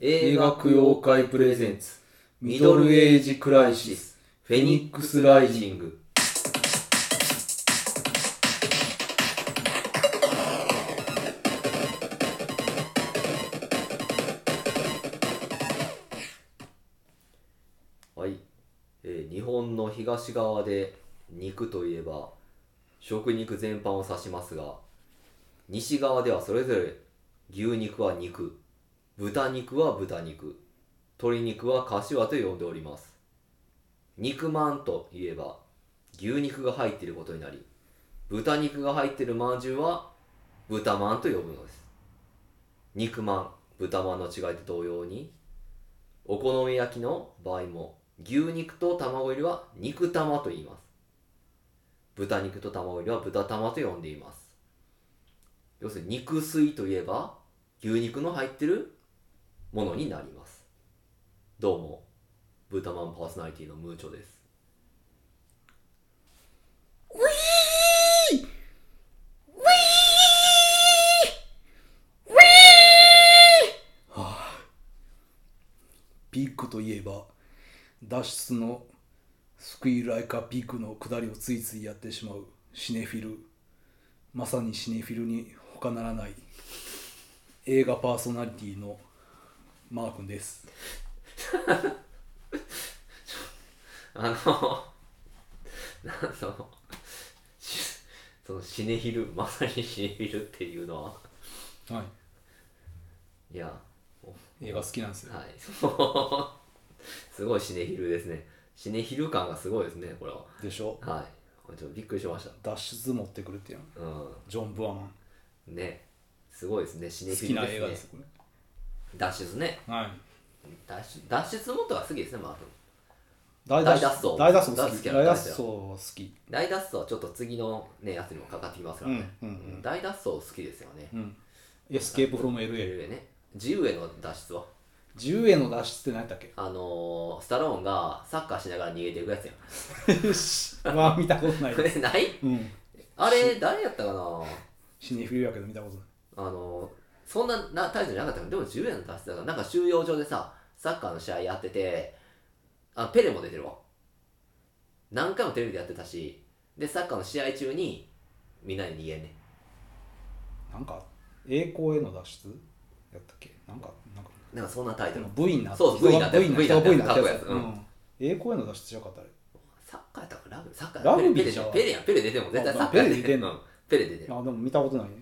映映画画供養会プレゼンツミミドドルルエエイジクライシスフェニックスラライイジジンンググはい、えー日本の東側で肉といえば食肉全般を指しますが西側ではそれぞれ牛肉は肉豚肉は豚肉鶏肉は柏と呼んでおります肉まんといえば牛肉が入っていることになり豚肉が入っているまんじゅうは豚まんと呼ぶのです肉まん豚まんの違いと同様にお好み焼きの場合も牛肉と卵入りは肉玉と言います豚肉と卵入りは豚玉と呼んでいます要するに肉水といえば牛肉の入ってるものになりますどうも豚まんパーソナリティのムーチョですピークといえば脱出のスクイール・アイカ・ピークの下りをついついやってしまうシネフィルまさにシネフィルに他ならない映画パーソナリティのマー君ですあの、なんその、しそのシネヒル、まさにシネヒルっていうのは、はいいや、映画好きなんですよはい、 そうすごいシネヒルですね。シネヒル感がすごいですね、これは。でしょはい。ちょっとびっくりしまし脱出持ってくるっていうた。のうジョン・ブアマンん。ね。すごいですね、シネ好ヒきルなです映ね。画ですこれ脱出ね。はい脱出、脱出もとが好きですね、マー君。大脱走大脱走好大好ききな大大脱脱走走好き大脱走はちょっと次のね、やつにもかかってきますからね。うんうんうん大脱走好きですよね。うんエスケープ・フロム・ LA ね。自由への脱出は自由への脱出って何だっけあのー、スタローンがサッカーしながら逃げていくやつやん。 まあ見たことないこれないうんあれ、誰やったかな死に冬やけど見たことないあのー、そんなな態度じゃなかったけど、でも10円の達成だから、なんか収容所でさ、サッカーの試合やってて、あペレも出てるわ。何回もテレビでやってたし、で、サッカーの試合中に、みんなに逃げんね。なんか栄光への脱出やったっけなんかなんかなんかそんなタイでトルも。V になそう V になってる V になって V るににななっっててるるかっこいいやつやうつ、うんん、栄光への脱出じゃなかったあれサッカーやったからラグ、サッカーラグビーペレじゃんペレやん、ペレ出てるもん。絶対あサッカーやペレ出てんのうんペレ出てる。あでも見たことないね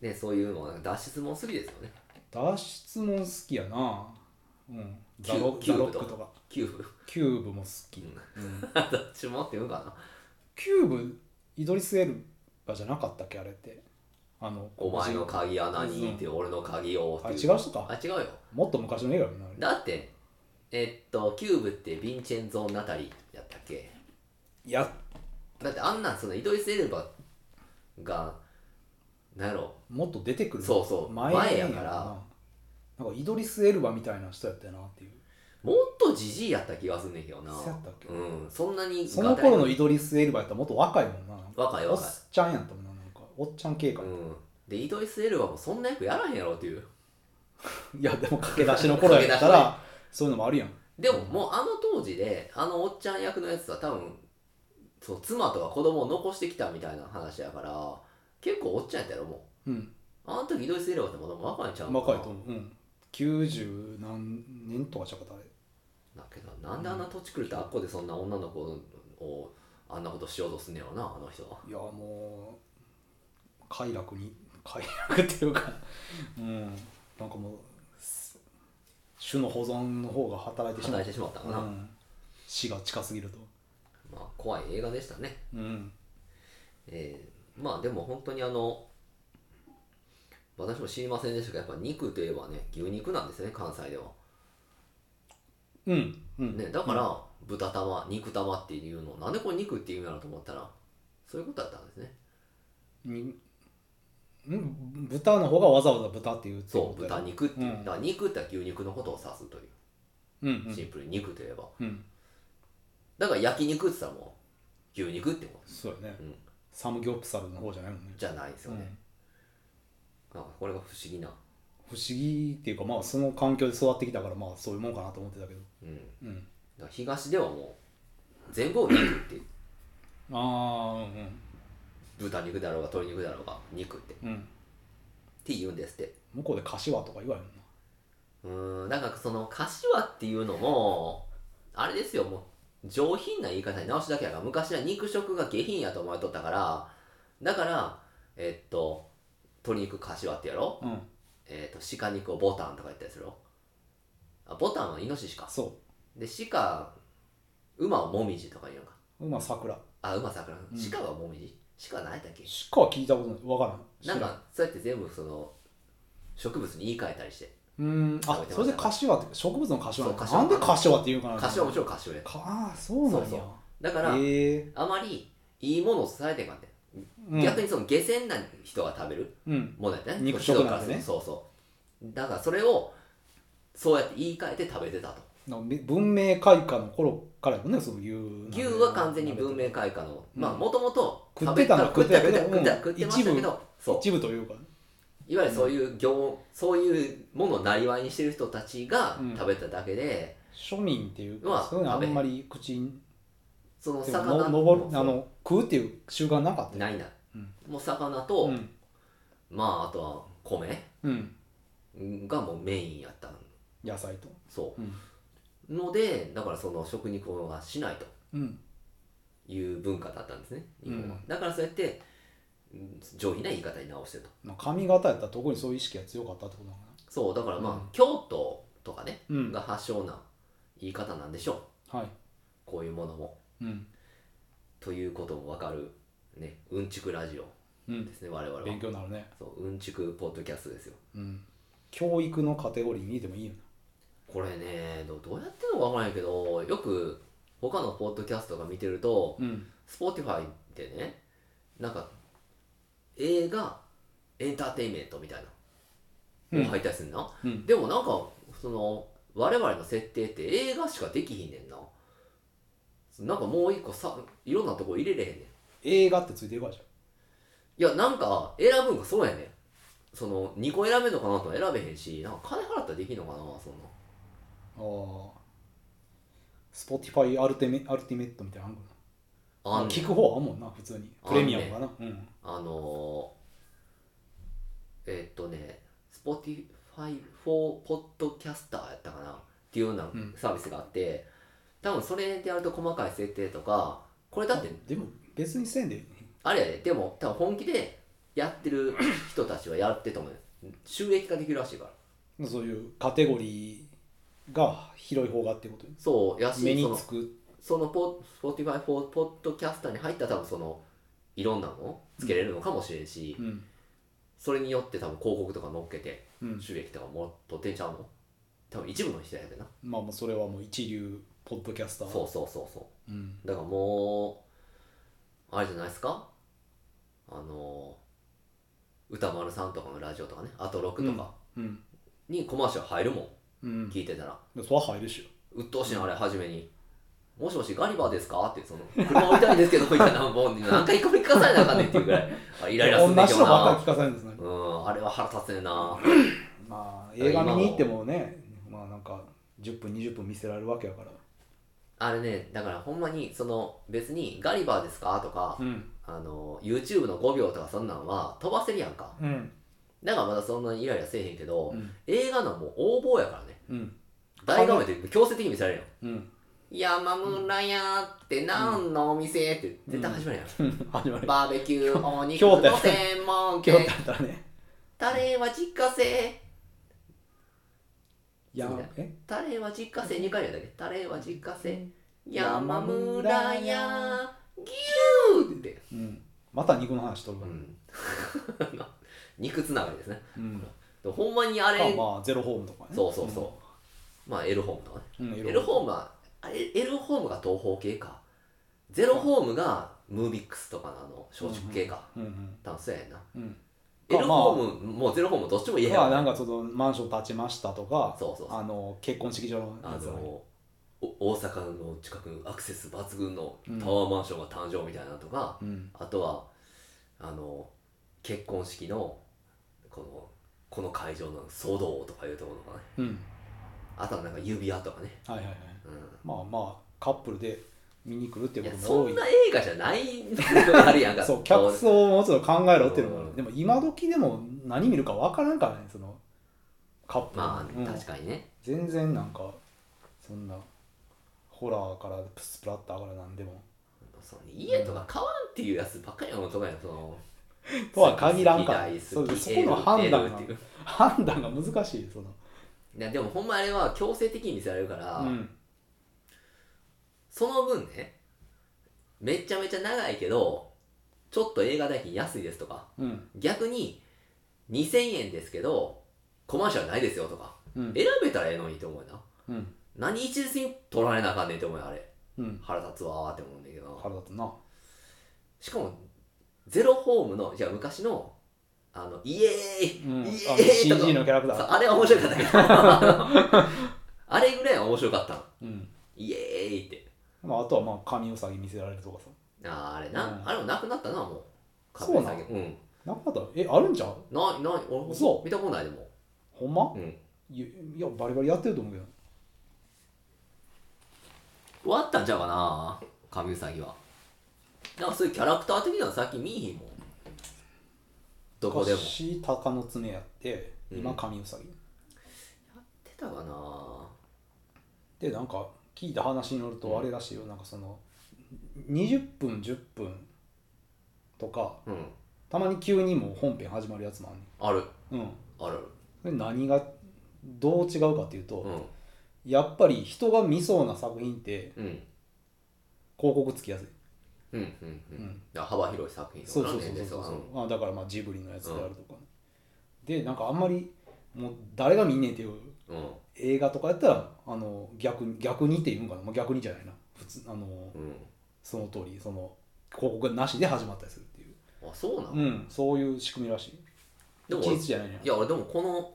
で、そういうのは脱出も好きですよね。脱出も好きやなうんザロキザューロブッとかクとかキューブ。キューブも好き、う んどっちもって言うかな。キューブイドリス・エルバじゃなかったっけあれってあのお前のか鍵は何って、俺の鍵をっていうあ違う人かあ違うよもっと昔の映画になるだってえっとキューブってヴィンチェンゾ・ナタリやったっけいやだってあんなんそのイドリス・エルバがなんやろもっと出てくるそうそうの前や映か画らななんかイドリス・エルバみたいな人やったよなっていうもっとジジイやった気がすんねんけどなそうやったっけうんそんなにその頃のガタイイドリス・エルバやったらもっと若いもんななんか若いおっ若いちゃんやったもんななんかおっちゃん系か、うんでイドリス・エルバもそんな役やらへんやろっていういやでも駆け出しの頃やった駆け出しらそういうのもあるやんでももうあの当時であのおっちゃん役のやつは多分そう妻とか子供を残してきたみたいな話やから結構おっちゃんやったやろもううんあの時ドイツエレバーってまだ若いんちゃうのか若いと思ううん90何年とかちゃうかったあれだけどなんであんな土地狂ってあっこでそんな女の子をあんなことしようとすんねやろなあの人はいやもう快楽に快楽っていうかうんなんかもうす種の保存の方が働いてし働まういてしまったかうな、ん、死が近すぎるとまあ怖い映画でしたねうんえーまあでも本当にあの私も知りませんでしたけどやっぱ肉といえばね牛肉なんですよね関西では、うんうんね、だから豚玉肉玉っていうのをなんでこれ肉っていうんやろうと思ったらそういうことだったんですねにん豚の方がわざわざ豚っていうってそうことや豚肉っていう、うんだから肉って牛肉のことを指すといううんシンプルに肉といえば、うん、うん、だから焼肉って言ったらもう牛肉ってことそうやね、うんサムギョプサルの方じゃないもんねじゃないですよね、なんかこれが不思議な不思議っていうかまあその環境で育ってきたからまあそういうもんかなと思ってたけどうん、だかうんら東ではもう全部を肉ってああ豚肉だろうが鶏肉だろうが肉ってっうんうんて言うんですって向こうで柏とか言わへんもんなうーんなんかその柏っていうのもあれですよもう上品な言い方に直すだけやから昔は肉食が下品やと思われとったからだからえっと鶏肉柏ってやろ、うんえっと鹿肉をボタンとか言ったりするよあボタンはイノシシかそで鹿馬はモミジとか言うのかうまあ桜あ馬桜鹿はモミジ鹿は何やったっけしかは聞いたことない分からんなんかそうやって全部その植物に言い換えたりしてうんあそれで柏って植物の柏なんだそう柏なんで柏って言うかな柏はもちろん柏やかああそうなんやそうだから、へえあまりいいものを伝えてんかって、うん逆にその下船な人が食べるうんものやったね肉食な人かんてねらするとそうそうだからそれをそうやって言い換えて食べてたとなんか文明開化の頃からやもんねそういう牛は完全に文明開化のうんまあもともと食ってたの食ってた食ってた食食ってってたた食けどってましたけどそう一部というかいわゆるそういう業そういうものをなりわいにしてる人たちがうん食べただけで、庶民っていうまかあそういうのあんまり口にそのでも魚の登るあの食うっていう習慣なかったよないない、うんもう魚と、うんまああとは米うんがもうメインやった野菜とそううんのでだからその食肉はしないとうんいう文化だったんですね日本は、うんだからそうやってうん上品な言い方に直してるとまあ髪型やったら特にそういう意識が強かったってことなのかそうだからまあ、うん京都とかね、うんが発祥な言い方なんでしょうなはいこういうものもうんということもわかるねうんちくラジオうんですね我々は勉強になるねそううんちくポッドキャストですようん教育のカテゴリーに入れてもいいよこれねどどうやってんのかわからないけどよく他のポッドキャストが見てると、なうん Spotify でねなんか映画エンターテインメントみたいなうんのを配達するな、うんでもなんかその我々の設定って映画しかできひんねんななんかもう一個さいろんなとこ入れれへんねんい映画ってついてるからじやなんか選ぶんがそうやねんその2個選べんのかなとは選べへんしなんか金払ったらできんのかなそんなゃんああスポティファイアルテメアルティメットみたいなのあんかなあんねん聞く方はあんもんな普通にプレミアムかなうんあのー、えーっとね、Spotify for Podcaster やったかなっていうようなうんサービスがあって、多分それでやると細かい設定とか、これだって、でも別にせんでいいあれやで、でも多分本気でやってる人たちはやってると思うよ収益化できるらしいから。そういうカテゴリーが広い方がってことそう、やし、目そにのつくそのポ Spotify for Podcaster に入ったら多分その、いろんなのつけれるのかもしれんし、うんそれによって多分広告とか乗っけて、うん収益とかも取ってんちゃうの多分一部の人やけどなまあもうそれはもう一流ポッドキャスター、そうそうそうそうん、うだからもうあれじゃないですかあの歌丸さんとかのラジオとかねあと6とかうんにコマーシャル入るもん、うん聞いてたらでそれは入るっし鬱陶しいのあれ初めに「もしもしガリバーですか?」ってその「車追いたいんですけど」みたいなもう何回一個も聞かされなあかんねんっていうぐ らいあイょライラすんね同んじけ人どなばっかり聞かされるんですねうんあれは腹立つねんなまあ映画見に行ってもねまあなんか10分20分見せられるわけやからあれねだからほんまにその別に「ガリバーですか?」とか、んあの YouTube の5秒とかそんなんは飛ばせるやんかうんだからまだそんなにイライラせえへんけど、うん映画のもう横暴やからねうん大画面で強制的に見せられるようん山村屋って何のお店って絶対始まるやん、 始まるバーベキューお肉京都やの専門 今日店だったらねタレは自家製いやそうだよえタレは自家製2回やったっけタレは自家製山村屋牛って、うんまた肉の話とるうからん、 肉つながりですねうんでもほんまにあれかまあゼロホームとかねそうそうそまあエルホームとかねうん、うん、エルホームはあれエルホームが東方系かゼロホームがムービックスとかのあの松竹系か、ームうん多分そうやねんなうんうんエルホームもゼロホームどっちも言えへんまわあ、なんかちょっとマンション建ちましたとかそうそうそうあの結婚式場のあやつのお大阪の近くにアクセス抜群のタワーマンションが誕生みたいなのとか、うんあとはあの結婚式のこのこの会場の騒動とかいうところとかねうんあとはなんか指輪とかね、はいはいはいうん、まあまあカップルで見に来るっていいうやこともそ多いんな映画じゃないのあるやんか そう客層をもうちょっと考えろっていうのもあうるんでも今時でも何見るか分からんからねそのカップルのまあ、うん確かにね全然なんかそんなホラーからスプラッターからなんでもその家とか買わんっていうやつばっかりやもんとかやんその とは限らんから好きそう好きそこの判断が得るっていう判断が難しいそのいやでもほんまあれは強制的に見せられるから、うんその分ねめっちゃめちゃ長いけどちょっと映画代金安いですとかうん逆に2000円ですけどコマーシャルないですよとかうん選べたらええのにと思うよなうん何一律に取られなあかんねんって思うよあれうん腹立つわーって思うんだけどな腹立つなしかもゼロホームのじゃあ昔のあのイエーイ、うんあイエのーイとか CG のキャラクタそうーあれは面白かったけど あれぐらいは面白かったのうんイエーイってまああとはまあ神うさぎ見せられるとかさあーあれな、うんあれもなくなったなもうそうなの壁下げうんなかったらえあるんちゃうないない俺嘘見たことないでもほんまうんいやいやバリバリやってると思うけど終わったんちゃうかな神うさぎはなんかそういうキャラクター的なの最近見えへんもんどこでもやっ昔鷹の爪やって今うん神うさぎ、てたかなでなんか聞いた話によるとあれらしいよ、なんかその20分10分とかうんたまに急にもう本編始まるやつもあるあんねんうんあるそれ何がどう違うかっていうと、うんやっぱり人が見そうな作品ってうん広告つきやすい、うんうんううんん、だから幅広い作品そうなそんうでそうそうそう年齢層があだからまあジブリのやつであるとかね、でなんかあんまりもう誰が見んねんっていううんうん映画とかやったらあの逆に逆にっていうんかな、まあ、逆にじゃないな普通あのうんその通りその広告なしで始まったりするっていあう、そうなの、うん、そういう仕組みらしいでも一律じゃないねいや俺でもこの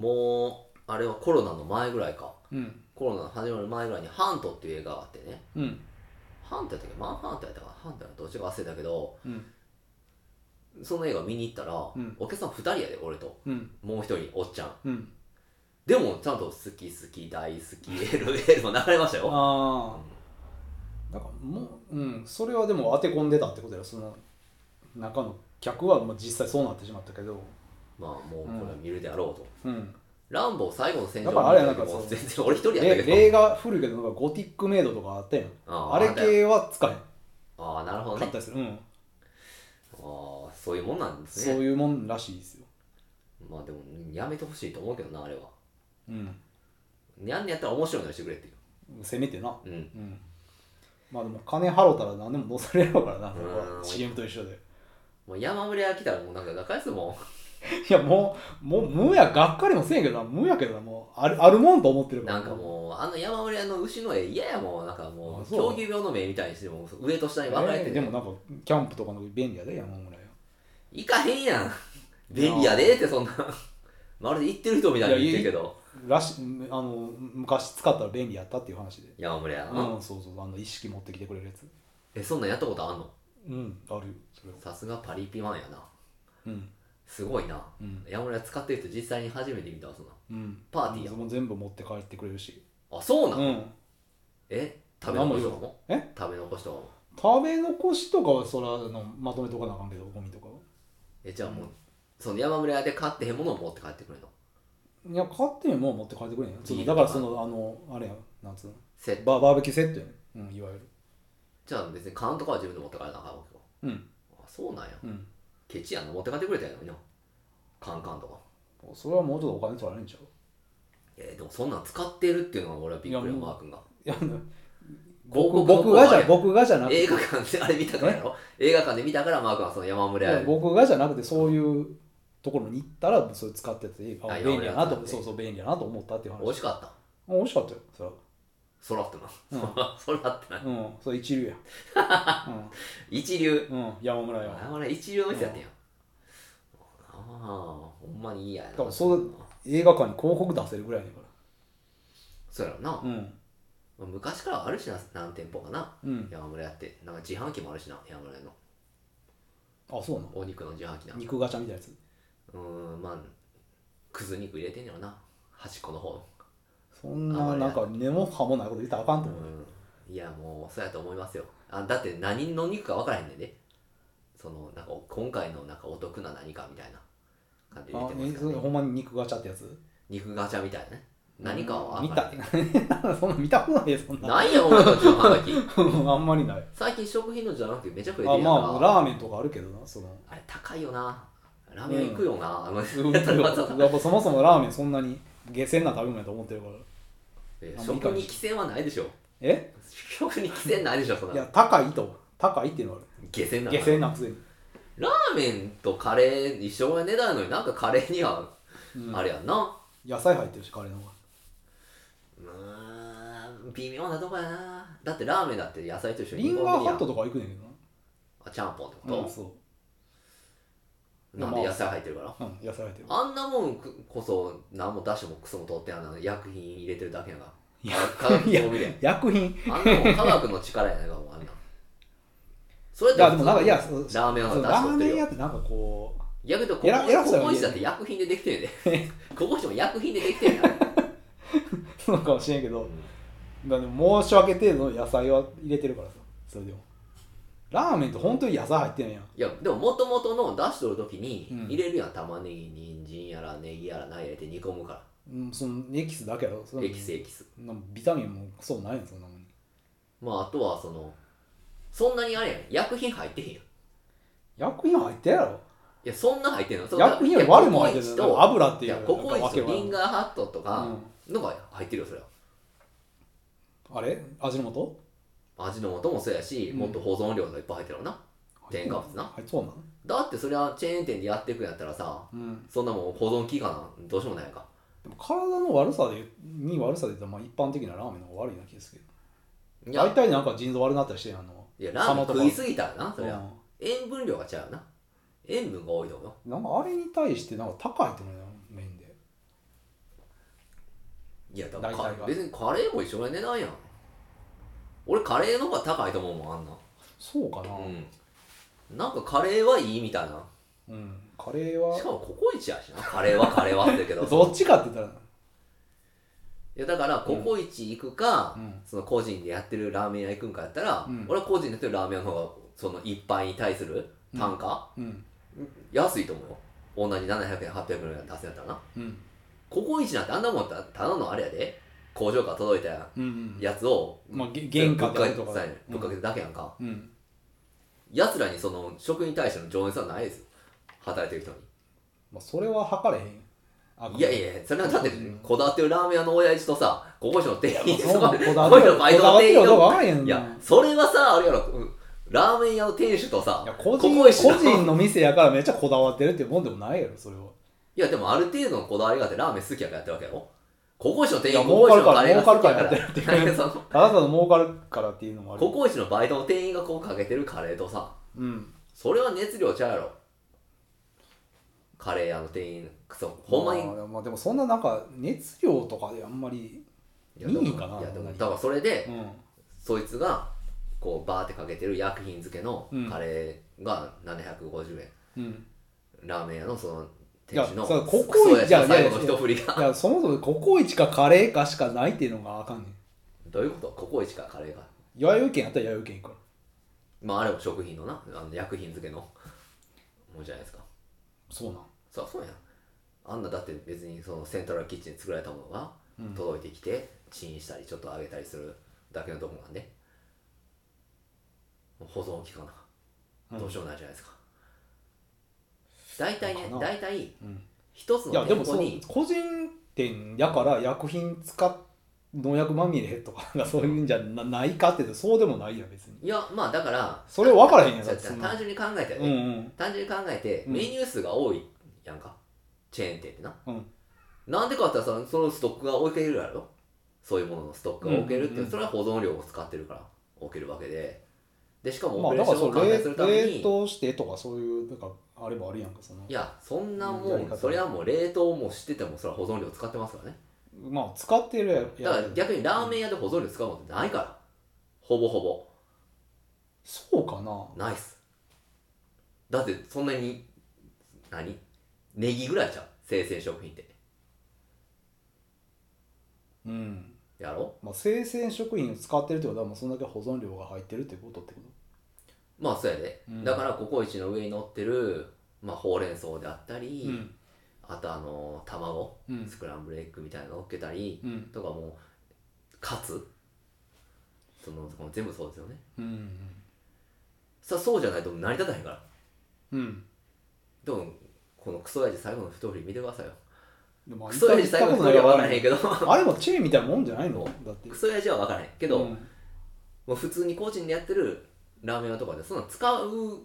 もうあれはコロナの前ぐらいかうんコロナの始まる前ぐらいに「ハント」っていう映画があってねうんハントやったっけマンハントやったかハントやったかどっちか忘れたけどうんその映画見に行ったら、んお客さん2人やで俺とうんもう一人おっちゃんうんでもちゃんと「好き好き大好き LL」も流れましたよああだからもううんそれはでも当て込んでたってことやろその中の客はまあ実際そうなってしまったけどまあもうこれは見るであろうと、うんランボー最後の戦場だからあれ見なんたか時もその全然俺一人やったけれど例が古いけどなんかゴティックメイドとかあったやんあーあれ系は使えんああなるほどかねったりする、うん、ああそういうもんなんですそうねいうもんらしいですよ、まあでもやめてほしいと思うけどなあれはうん、やんねやったら面白いのにしてくれっていうせめてなうんうんまあでも金払うたら何でも載せれるからなそれうはん CM と一緒でもう山村屋来たらもうなんか仲良すもんいやもうもう無やがっかりもせんけどな無やけどなもうあるあるもんと思って るからなんかもうあの山村屋の牛の絵嫌やもんなんかもあうそ狂う牛病の目みたいにしてもう上と下に分かれてえーるでもなんかキャンプとかの便利やで山村よ行かへんやん便利やでってそんな まるで行ってる人みたいに言ってるけどらしあの昔使ったら便利やったっていう話で山村屋な、うんそうそうあの意識持ってきてくれるやつえそんなんやったことあんのうんあるよそれはさすがパリピマンやなうんすごいな、うん山村屋使ってる人実際に初めて見たわそんなうんパーティーやんもう全部持って帰ってくれるしあそううなん、んえ食べ残しとかもえ食べ残しとかも食べ残しとかはそらあのまとめとかなあかんけどゴミとかはえじゃあもう、その山村屋で買ってへんものを持って帰ってくるのいや買っても持って帰ってくれんやんそビーのルとだかからそのあのあれやんなんつうのセットバーバーベキューセットやん、うん、いわゆるじゃあ別に缶とかは自分で持って帰らなあかんわけかうんあそうなんやうんケチやな持って帰ってくれたやのになカンカンとかそれはもうちょっとお金取られんちゃうえでもそんなん使ってるっていうのが俺はびっくりいややもうマー君がいやあの広告僕の僕がじあゃれ僕がじゃなくて映画館 であれ見たからやろ映画館で見たからマー君はその山村屋いや僕がじゃなくてそういうところに行ったらそれ使っててああ便利やな今まで使っとてそうそう便利やなと思ったっていう話美味しかったあ美味しかったよそれはそらってな そらってなうんそれ一流や 一流うん、うん、山村や山村屋一流の店やってんやああほんまにいいややなだからそう映画館に広告出せるぐらいだかそうやろならうんまあ昔からあるしな何店舗かなうん山村屋ってなんか自販機もあるしな山村屋のあそうなのお肉の自販機な肉ガチャみたいなやつうーんまあくず肉入れてんのよな端っこの方そんななんか根も葉もないこと言ったらあかんとう思う、んいやもうそうやと思いますよあだって何の肉か分からへんねんでそのなんか今回のなんかお得な何かみたいな感じで言っあてまえすそけれど、ほんまに肉ガチャってやつ肉ガチャみたいなね何かは見分からたへんそんな見た ことないよそん なないよ俺たちのハガキあんまりない最近食品のじゃなくてめちゃくちゃ入あれてるやんまあかラーメンとかあるけどなそのあれ高いよなラーメン行くよな、あの やっぱそもそもラーメンそんなに下船な食べ物やと思ってるからえあんまり食に規制はないでしょえ食に規制ないでしょそんいなや高いと高いっていうのは下船あなるの下船なくせに、ラーメンとカレー一緒の値段やのになんかカレーにはうんあれやんな野菜入ってるしカレーの方がうーん微妙なとこやなだってラーメンだって野菜と一緒にリンガーハッとトとか行くねんけどなあちゃんぽんってこうん、と、そなんで野菜入ってるから、う。うん、野菜入ってる。あんなもんくこそ何も出汁もクソも取ってないのに薬品入れてるだけやなや化学調味料薬品あんなもん科学の力やないかもうあんなんそれいだや、って普で通もなんか、いや、にそうラーメンはそう出ラ汁ー取っメてンる屋よってなんかこやけどこ偉偉そうこやこにだって薬品でできてる でここにも薬品でできてるやんやう、 そうかもしれんけど、だでも申し訳程度の野菜は入れてるからさ、それでも。ラーメンって本当に野菜入ってんやん。いやでももともとの出しとる時にうん入れるやん、玉ねぎ人参やらネギやら何やらって煮込むかうん、そのエキスだけやろ。そらのエキスエキスなんかビタミンもそうないやん、そんなもん。まああとはそのそんなにあれやん薬品入ってへんやんい薬品入ってるやろ。やそんな入ってんのそんな薬品より悪いもん入ってココイチるやとろ。油っていいうやなんかココイわチけとわからリんンガーハットとかうのが入ってるよそれはあれ味の素味の素もそうやし、うんもっと保存料がいっぱい入ってるよな添加物な入ってそうなのだってそれはチェーン店でやっていくんやったらさうん。そんなもん保存期間どうしようもないやんかでも体の悪さでに悪さで言ったらまあ一般的なラーメンの方が悪いな気がするけど。い大や体なんか腎臓悪なったりしてんやんのいやラーメン佐野とか食いすぎたらなそれはう塩分量が違うな塩分が多いと思うよんなんかあれに対してなんか高いと思うよ麺でいやだから大体が別にカレーも一緒の値段やん俺カレーの方が高いと思うもんあんなそうかなうんなんかカレーはいいみたいなうん、カレーはしかもココイチやしなカレーはカレーはって言うけ どどっちかって言ったらいやだからココイチ行くか、うんその個人でやってるラーメン屋行くんかやったら、うん俺は個人でやってるラーメン屋の方がその一杯に対する単価、うん安いと思うよ同じ700円800円出すんやったらなうんココイチなんてあんなもんたただのあれやで工場から届いたうんうんやつを、まあげ原価ぶっってかけことかさえぶっかけただけやんか、うん奴らにその食に対しての情熱はないですよ働いてる人にまあそれは測れへんあいやいやいやそれはだってうんこだわってるラーメン屋の親父とさ高校生の店員まあそとかうなんこだ高わ校生っのてるバイトの店員こだとかわってるわからへんないやそれはさあれやろうんラーメン屋の店主とさいや個コ人コイチ個の人の店やからめっちゃこだわってるっていうもんでもないやろそれはいやでもある程度のこだわりがあってラーメン好きやからやってるわけやろ高校生の店いや員高校生のカレーが好きや儲かるから儲かるからやってるから そのただただ儲かるからっていうのもある高校生のバイトの店員がこうかけてるカレーとさうんそれは熱量ちゃうやろカレー屋の店員クソほんまにまあ、まあでもそんななんか熱量とかであんまりいやでもいいんかないやでもだからそれで、うんそいつがこうバーってかけてる薬品漬けのうんカレーが750円、うんラーメン屋のその店主のいやそうここクソやついやのいやい最や後の一振りが いやそもそもココイチかカレーかしかないっていうのがあかんねんどういうことココイチかカレーが弥生県やったら弥生県行くかまああれも食品のなあの薬品漬けのもんじゃないですからそうなんそりゃそうやんあんなだって別にそのセントラルキッチンで作られたものがうん届いてきてチンしたりちょっと揚げたりするだけのとこなんでもう保存期間なんかうんどうしようもないじゃないですか、大体ねかな大体うん一ついやの店でも舗そうに個人店やから薬品使っ農薬まみれとかなんかそういうんじゃなないかって言うとそうでもないやん別にいやまあだからそれ分からへんやんそうだって単そんな純に考えたらうね、んうん単純に考えてうんメニュー数が多いやんか、チェーン店ってな、うんなんでかって言ったらさそのストックが置けるやろそういうもののストックが置けるっていう、うんうんうんそれは保存量を使ってるから置けるわけででしかもまオあペレーだかシらョンそを考えすうるため冷冷に、凍してとかそういうなんかあれもあるやんかそのいやそんなもやりん方それはもう冷凍もしててもそれは保存量使ってますからねまあ使ってるやんだから逆にラーメン屋で保存料使うもんってないから、ほぼほぼそうかなないっすだってそんなに何ネギぐらいちゃう生鮮食品ってうんやろまあ、生鮮食品を使ってるってことはもうそんだけ保存量が入ってるってことってこまあそうやで、うんだからココイチの上に乗ってる、まあ、ほうれん草であったりと、うんあとあの卵、うんスクランブルエッグみたいなの乗っけたり、うんとかもうカツそのこの全部そうですよねうんさあそうじゃないと成り立たへんからうんでもこのクソ親父最後の太り見てくださいよでもクソ親父最後の太りは分からへんけどあれもチェーンみたいなもんじゃないのそだっ てクソ親父は分からへんけけど、もう普通に個人でやってるラーメン屋とかでそんなん使う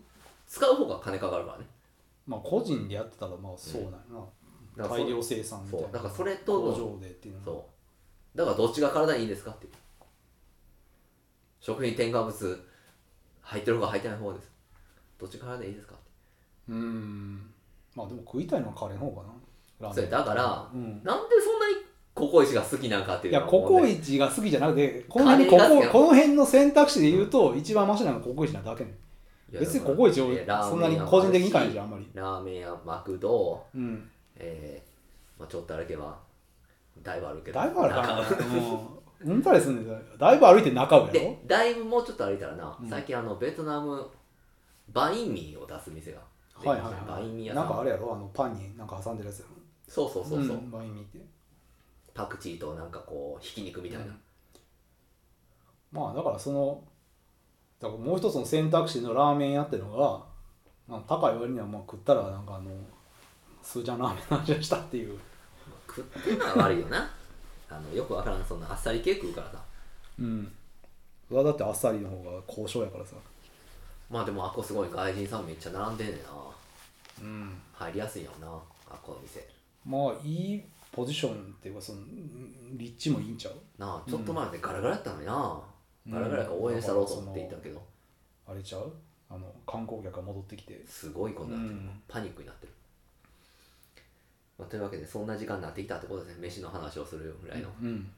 使う方が金かかるからねまあ個人でやってたらまあそうなんやだな、からそ大量生産みたいなそうだからそれとの工場でっていうのはそうだからどっちが体にいいですかっていう食品添加物入ってる方が入ってない方ですどっちが体にいいですかってうんまあでも食いたいのはカレーの方かなラーそメれンだから、うんなんでそんなにココイチが好きなんかっていいうのやがココ問イチが好きじゃなくてこの辺にこカレーが好きこなのこの辺の選択肢で言うと、一番マシなのはココイチなだけね題別にココイチをいやラーそんメなンに屋も個人的に行かあなるいしじゃんあんまりラーメン屋マクドうんえーまあ、ちょっと歩けばだいぶ歩けどだいぶあるから中なうんうんたりすんねんだよだいぶ歩いて中をやろでだいぶもうちょっと歩いたらな、うん最近あのベトナムバインミーを出す店がではいバはインミーいは屋さいなんんかあれやろあのパンになんか挟んでるやつやろそうそうそうそう、んバインミーってパクチーとなんかこうひき肉みたいな、うんまあだからそのだからもう一つの選択肢のラーメン屋ってのがまあ高い割にはまあ食ったらなんかあのスージャンラーメンの味がしたっていう食ってんのは悪いよなあのよくわからんそんなあっさり系食うからさうんそれはだってあっさりの方が高尚やからさまあでもあっこすごい外人さんめっちゃ並んでんねんなうん入りやすいよなあっこの店まあいいポジションっていうかそのうん立地もいいんちゃうなあちょっと前までガラガラやったのにな、うんガラガラやから応援したろうと思っていたけど、あれちゃうあの観光客が戻ってきてすごいことになってる、うんパニックになってる、まあ、というわけでそんな時間になってきたってことですね飯の話をするぐらいの、うん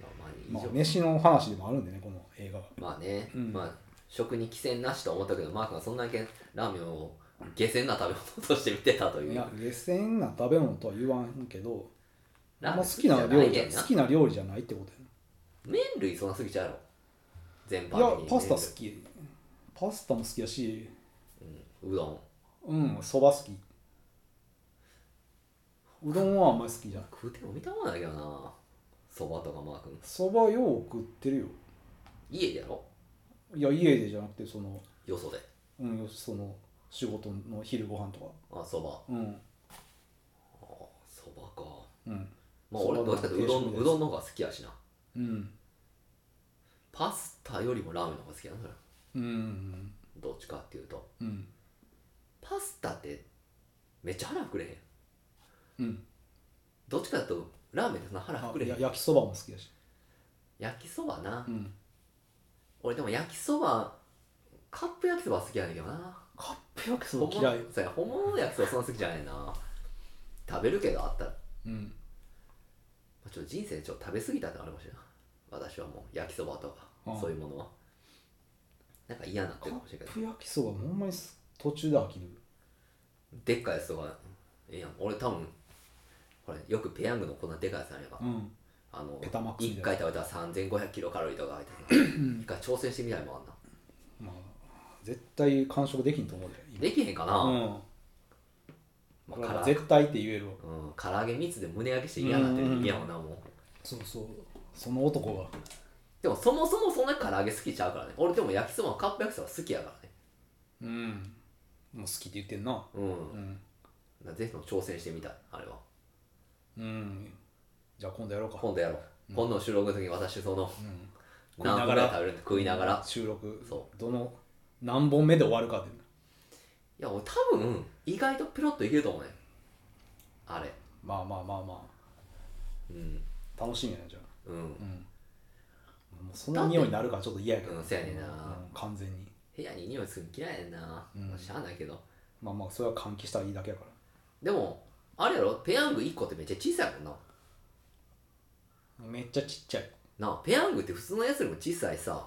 まあままああ以上、飯の話でもあるんでねこの映画はまあね、うんまあ食に寄せなしと思ったけどマークがそんなにラーメンを下船な食べ物として見てたといういや下船な食べ物とは言わんけど、ラーまあ、メン好きな料理じゃ好きな料理じゃないってこと麺類そんな好きちゃうやろ全やな般的にいやパスタ好きパスタも好きやしうんうどんうんそば好 きうどんはあんまり好きじゃない食うても見たことないけどなそばとかマー君そばよう食ってるよ家でやろいや家でじゃなくてそのよそでうんその仕事の昼ご飯とかあそばうんそばかうんまあ俺どっちかというとうどそばの定食んですうどんの方が好きやしなうんパスタよりもラーメンの方が好きやなそれうんどっちかっていうとうんパスタってめっちゃ腹膨れへんうんどっちかというとラーメンってそんな腹あ膨れへやん焼きそばも好きだし焼きそばな、うん俺でも焼きそばカップ焼きそば好きやねんけどなカップ焼きそ本物ば嫌いそうや本物の焼きそばそんな好きじゃないな食べるけどあったらうまんあちょっと人生でちょっと食べ過ぎたってのあるかもしれない私はもう焼きそばとか、うんそういうものはなんか嫌になってるかもしれないカップ焼きそばほんまにす途中で飽きるけどでっかいやつとかええやん俺多分これよくペヤングのこんなでかいやつあるやんか、うんあのペタマックスみた1回いな食べたら3500キロカロリーとか入ってる一回挑戦してみたいもんあんなまあ絶対完食できんと思うで今できへんかな、うんまこれあ、はから絶対って言えるわうん、唐揚げ蜜で胸焼けして嫌になってる嫌やもんなもうそうそうその男がでもそもそもそんな唐揚げ好きちゃうからね俺でも焼きそばカップ焼きそば好きやからねうんもう好きって言ってんなうんうん、だからぜひとも挑戦してみたいあれはうん、じゃあ今度やろうか今度やろう、今度の収録の時私その、うん何個ぐらい食べるんで食いながら、い収録そどの何本目で終わるかってや俺多分意外とペロッといけると思うねあれまあまあまあまうんあ楽しみやなじゃあうんもうその匂いになるからちょっと嫌やけど、うんそうやねんなうん完全に部屋に匂いつくの嫌いやんな、うんまあしゃあないけどまあまあそれは換気したらいいだけやからでもあれやろペヤング1個ってめっちゃ小さいもんなめっちゃちっちゃいなあペヤングって普通のやつよりも小さいさ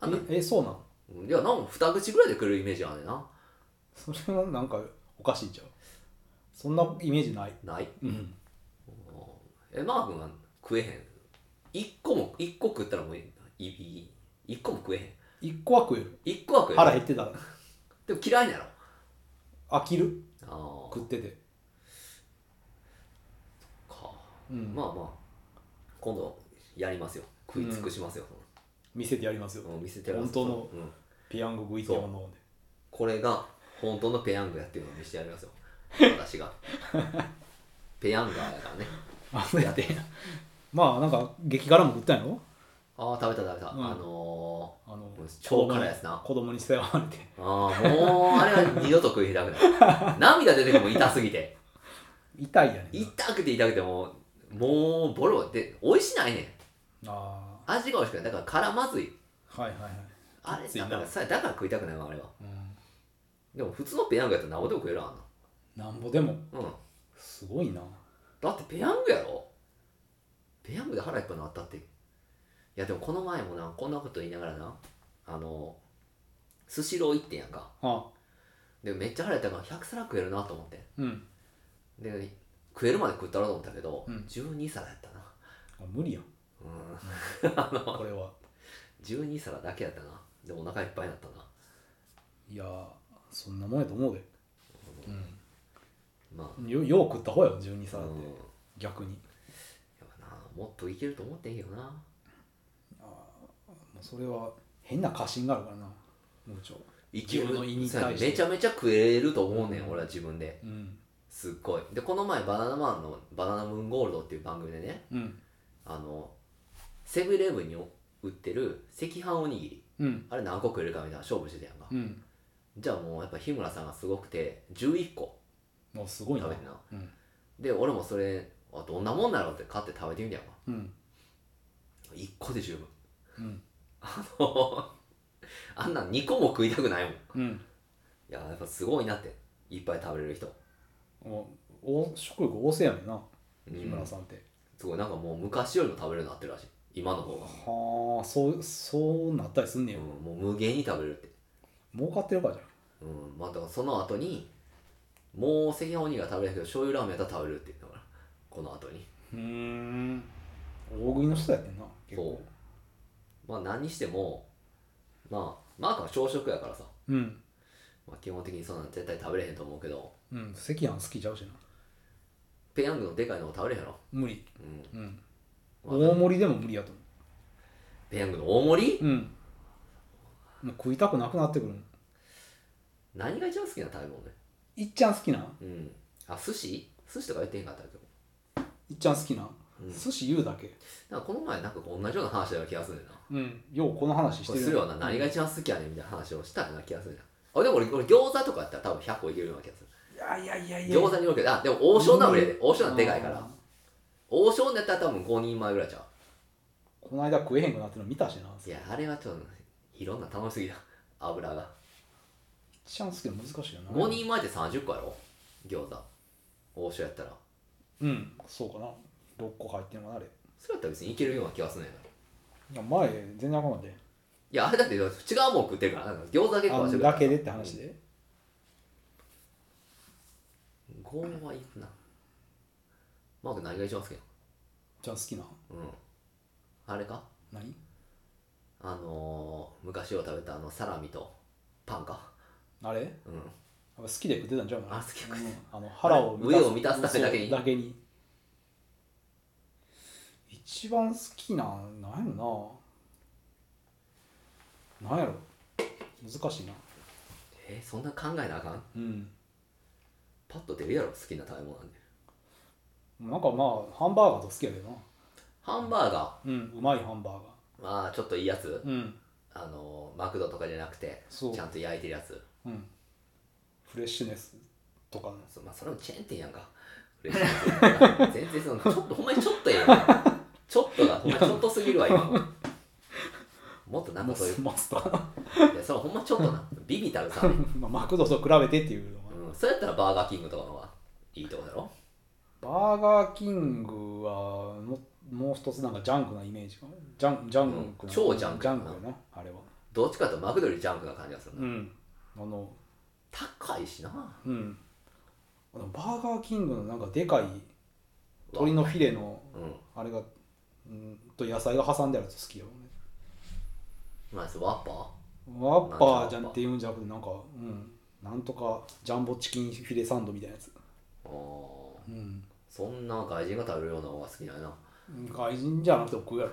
あんなええそうなんうんいやなんか2口ぐらいで食えるイメージあるねんなそれはなんかおかしいんちゃうそんなイメージないないうんえマー君は食えへん一個も一個食ったらもういいいい一個も食えへん一個は食える一個は食え腹る減ってたらでも嫌いなの飽きるあ食っててあかうんまあまあ今度やりますよ食い尽くしますよ、店でやりますよそのうん見せてやります本当のうんペヤング食いても飲んでこれが本当のペヤングやっていうのを見せてやり ますよ私がペヤンガーやからねあそう やってまあなんか激辛も食ったんやろああ食べた食べた、うんあのあの超辛いやつな子供に世話されてー、ああもうあれは二度と食いたく ない涙出てくるもん痛すぎて痛いやねんな痛くて痛くてもうもうボロで美味しないねんあ味が美味しくないだから辛まずいあはいはいはいあきついれなだからさだから食いたくないわあれはうんでも普通のペヤングやったら何ぼでも食えるわなんぼでもあんなうんすごいなだってペヤングやろペヤングで腹いっぱいになったっていやでもこの前もなこんなこと言いながらなあのスシロー行ってんやんかあでめっちゃ腹減ったから100皿食えるなと思ってうんで食えるまで食ったらと思ったけど、うん12皿やったなあ無理やんうん これは12皿だけやったなでお腹いっぱいになったないやーそんなもんやと思うで、まあうん、よよう食った方やん12う皿ってんやっ逆にぱなもっといけると思ってんけどなもうそれは変な過信があるからなもうちょいける自分の胃に対してめちゃめちゃ食えると思うねん、俺は自分でうんすっごいでこの前バナナマンの「バナナムーンゴールド」っていう番組でねうんあのセブンイレブンに売ってる赤飯おにぎりうんあれ何個食えるかみたいな勝負してたやんか、うんじゃあもうやっぱ日村さんがすごくて11個もうすごいな食べてなうんで俺もそれあどんなもんだろうって買って食べてみたやんかうん1個で十分 うんあんなん2個も食いたくないもんいうんややっぱすごいなっていっぱい食べれる人おお食欲旺盛やねんなうん日村さんって、すごいなんかもう昔よりも食べれるようになってるらしい今の方が、はあそうそうなったりすんねうや、ん、もう無限に食べれるって儲かってるからじゃんうんまあだからその後にもう赤飯おにぎりは食べれないけど醤油ラーメンやったら食べれるって言うのかなこの後にうーん大食いの人やってんな結構まあ何にしてもまあマークは小食やからさ、うんまあ、基本的にそんなん絶対食べれへんと思うけどうん赤飯好きちゃうしなペヤングのでかいのも食べれへんやろ、無理うんうんまあ大盛りでも無理やと思ペヤングの大盛りううんもう食いたくなくなってくる何が一番好きな食べ物ねいっちゃん好きなんうんあ寿司寿司とか言ってへんかったけどいっちゃん好きなん、うん寿司言うだけなんかこの前なんかこう同じような話だような気がするねんなうんようこの話してこれるするよな何が一番好きやねんみたいな話をしたような気がするなあでも俺俺餃子とかやったら多分100個いけるような気がするいやいやいやいや餃子によるけどあでも王将なの売れで王将なんでかいかあらー王将のやったら多分5人前ぐらいちゃうこの間食えへんくなってるの見たしないやあれはちょっといろんな楽しすぎだ油が一番好きなの難しいよな5人前って30個やろ餃子王将やったらうんそうかな6個入ってるのかなあれそれやったら別にいけるような気がするんやないや前全然あかんかったよいやあれだって違うもん食ってるからなんか餃子だけ食あわしてんるからだけでって話で5はいくなマーク何が一番好きなじゃあ好きなのうんあれか何あのー、昔を食べたあのサラミとパンかあれやっうんぱ好きで食ってたんちゃうかあな好きで食ってうんあの腹を上を満たすためだけにそうだけに一番好きなんなんやろななんやろ難しいなえー、そんな考えなあかんうんパッと出るやろ好きな食べ物なんでなんかまあハンバーガーと好きやけどなハンバーガうんうまいハンバーガーまあちょっといいやつーうんあのーマクドとかじゃなくてそうちゃんと焼いてるやつうんフレッシュネスとかのそ,、まあ、それもチェーン店やんか嬉しいです全然そのちょっとほんまにちょっとやんちょっとがほんまにちょっとすぎるわ今のもっとなんかモそういうスマスターいやそれほんまちょっとなビビたるさ、ね まあマクドと比べてっていうのはうん、それやったらバーガーキングとかの方がいいとこだろバーガーキングはももう一つなんかジャンクなイメージがジャンジャンうクな、ん超ジャンクジャンクやなあれはどっちかというとマクドよりジャンクな感じがするな、うんあの高いしなうんあのバーガーキングのなんかでかい鶏のフィレのうんあれがうんと野菜が挟んであると好きよねなんですワッパワッパーじゃんって言うんじゃなくてなんかうんなんとかジャンボチキンフィレサンドみたいなやつーああうんそんな外人が食べるような方が好きなんやな外人じゃなくても食うや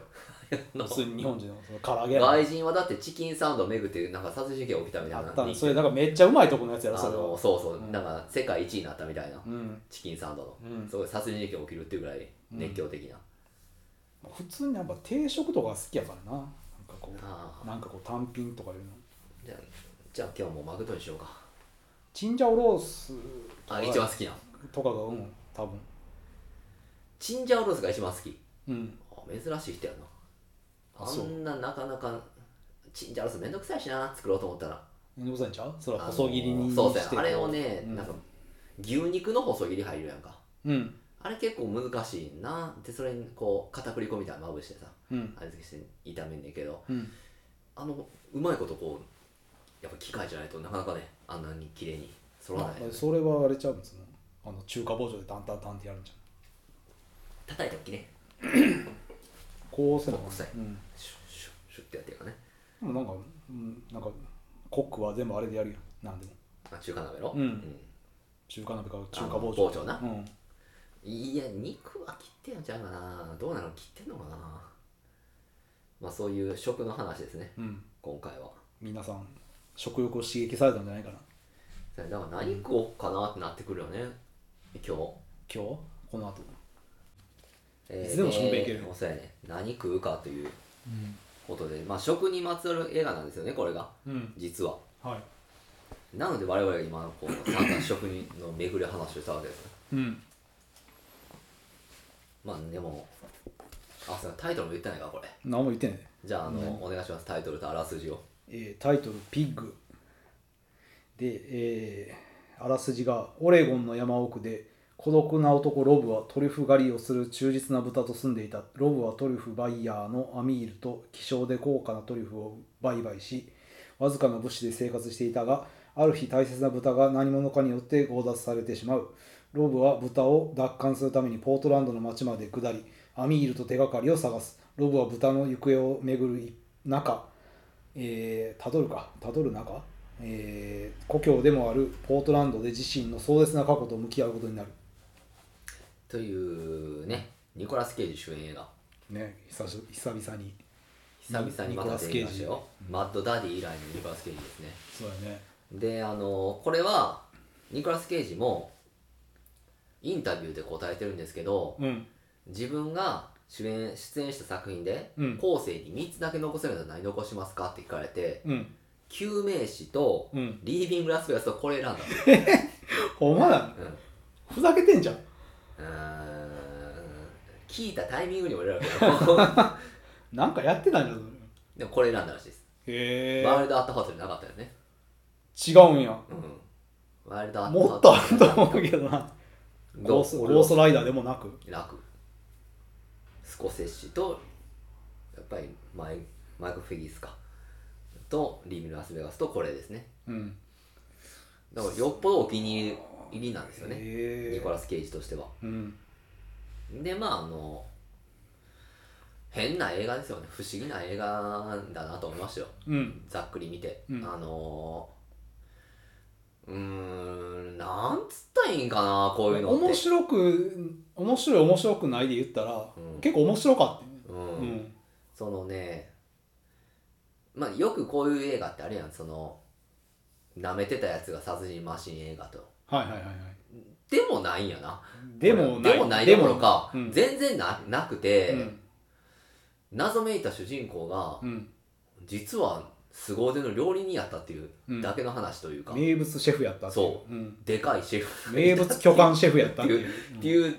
ろ普通に日本人のその唐揚げやろ外人はだってチキンサンドを巡ってなんか殺人事件起きたみたあいなったのそれだからめっちゃうまいとこのやつやろあそれのはそうそう、うんなんか世界一位になったみたいな、うんチキンサンドの、うんすごい殺人事件起きるっていうぐらい熱狂的な、普通にやっぱ定食とかが好きやからななんかこあうなんかこう単品とかいうのじゃあじゃあ今日もマグロにしようかチンジャオロースあ一番好きなとかがうん多分チンジャオロースが一番好きうんあ珍しい人やなああそうんななかなかチンジャオロースめんどくさいしな作ろうと思ったら面倒くさいんちゃうそれはあの細切りにそうしてそうやあれをね、うんなんか牛肉の細切り入るやんかうんあれ結構難しいなでそれにこう片栗粉みたいなのまぶしてさうん味付けして炒めんねんけどうんあのうまいことこうやっぱ機械じゃないとなかなかねあんなに綺麗に揃わないあそれはあれちゃうんですねあの中華包丁でタンタンタンってやるんじゃん叩いたっきねこうせなそうそううんでシュッシュッシュッってやってるからねもなんかうんなんかコックは全部あれでやるよなんでもあ中華鍋のうん中華鍋か中華包丁あ包丁なうんいや肉は切ってんのちゃうかなどうなの切ってんのかなまあそういう食の話ですねうん今回は皆さん食欲を刺激されたんじゃないかなだから何食おうかなってなってくるよね今日今日この後えいつでもしょんべんいけるでそうやね何食うかということで、まあ食にまつわる映画なんですよねこれがうん実ははなので我々が今こう散々食の巡り話をしたわけですねいうんまあでもあそうタイトルも言ってないかこれ何も言ってないねじゃああの、お願いしますタイトルとあらすじをえータイトル「ピッグ」で、えーあらすじがオレゴンの山奥で孤独な男ロブはトリュフ狩りをする忠実な豚と住んでいたロブはトリュフバイヤーのアミールと希少で高価なトリュフを売買しわずかな物資で生活していたがある日大切な豚が何者かによって強奪されてしまうロブは豚を奪還するためにポートランドの町まで下りアミールと手がかりを探すロブは豚の行方を巡る中えー、たどるかたどる中、えー故郷でもあるポートランドで自身の壮絶な過去と向き合うことになるというねニコラス・ケイジ主演映画ね久し久々に久々にまた出てきましたニコラよマッドダディ以来のニコラス・ケイジですねそうやねであのこれはニコラス・ケイジもインタビューで答えてるんですけどうん自分が主演出演した作品で、うん後世に3つだけ残せるのは何残しますかって聞かれてうん救命士と、うんリービング・ラスベガスとこれ選んだのほんまだうんふざけてんじゃんうーん聞いたタイミングにもよるけ どなんかやってたんじゃんでもこれ選んだらしいです、へワイルド・アット・ハートじゃなかったよね違うんやうんワイルド・アット・もハっとあーるトと思うけどなゴースゴーストライダーでもなく楽スコセッシとやっぱりマイマイク・フィギスかとリービング・ラスベガスとこれですねうんだからよっぽどお気に入りなんですよねへニえコラス・ケイジとしてはうんでまああの変な映画ですよね不思議な映画だなと思いましたようんざっくり見て、うんあのーうーんなんつったらいいんかなこういうのって面白く面白い面白くないで言ったら、うん結構面白かったねうんうんそのねまあよくこういう映画ってあるやんその舐めてたやつが殺人マシン映画とはいはいはいはいでもないんやなでもないでもないどころか、うん全然ななくて、うん謎めいた主人公が、うん実は凄腕の料理人やったっていううんだけの話というか、名物シェフやったっていそうんでかいシェフ名物巨漢シェフやったっていうっていう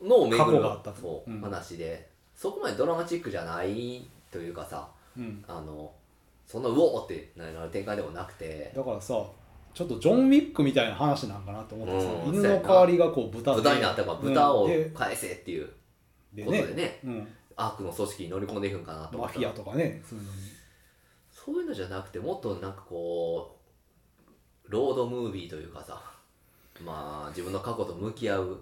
のを巡過去るがあったとそう、うん話でそこまでドラマチックじゃないというかさうんあのそんなうおーってなる展開でもなくてだからさちょっとジョン・ウィックみたいな話なんかなと思ってさうん犬の代わりがこう豚で豚になったから豚うをんで返せっていうでことでねねうん悪の組織に乗り込んでいくんかなと思マったフらィアとかねそういうのにそういうのじゃなくてもっとなんかこうロードムービーというかさまあ自分の過去と向き合う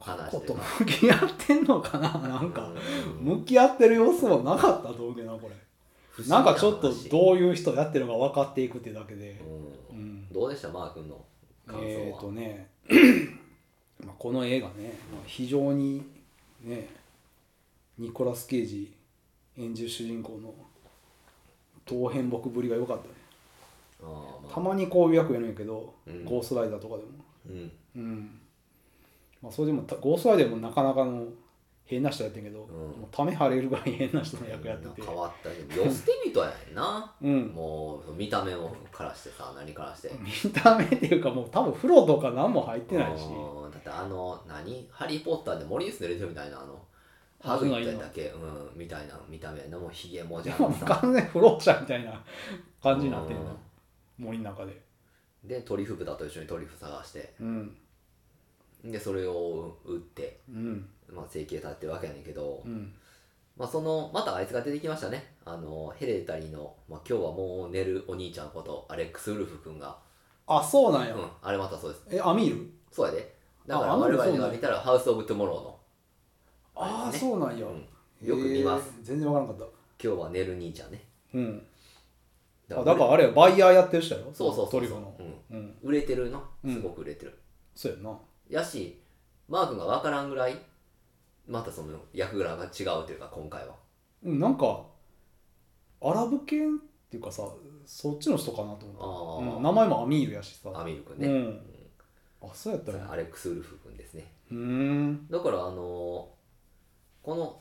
話こでと向き合ってんのかななんかうん向き合ってる様子はなかったと思うけどなこれ不思議なんか話ちょっとどういう人やってるのか分かっていくっていうだけでううんんどうでしたマー君の感想は、えっ、とね まあこの映画ね、まあ、非常にねニコラス・ケイジ演じる主人公の当変僕ぶりが良かったねあーまあたまにこういう役やるんやけど、うんゴーストライダーとかでもうんうんまあそれでもたゴーストライダーでもなかなかの変な人やってんけど、んもうためはれるぐらい変な人の役やってて変わったね寄捨て人やねんなうんもう見た目もからしてさ何からして見た目っていうかもう多分風呂とか何も入ってないしうんだってあの何「ハリー・ポッター」で森に住んでる人みたいなあのハグみたいだけうんみたいな見た目やなもうヒゲもじでゃもんさ完全に不老者みたいな感じになってんな森の中ででトリュフ豚と一緒にトリュフ探してうんでそれを売って、うんまあ、生計立ってるわけやねんけど、うんまあ、そのまたあいつが出てきましたねあのヘレタリーの、まあ、今日はもう寝るお兄ちゃんことアレックス・ウルフ君が、あそうなんうや、ん、あれまたそうですえアミールそうやでだからああの我人々が見たらハウス・オブ・トゥモローのああそうなんや、うんよく見ますえー全然わからなかっ今日は寝る兄ちゃんねたうんだあだからあれやバイヤーやってる人やろそうそうそうそうトリコのうんうん売れてるのうんすごく売れてる、そうやんなやしマー君が分からんぐらいまたその役柄が違うというか今回はうんなんかアラブ系っていうかさそっちの人かなとあ思った、ーうん、名前もアミールやしさアミル君うね、んあそうやったらアレックス・ウルフ君ですねうーんだからあのーこの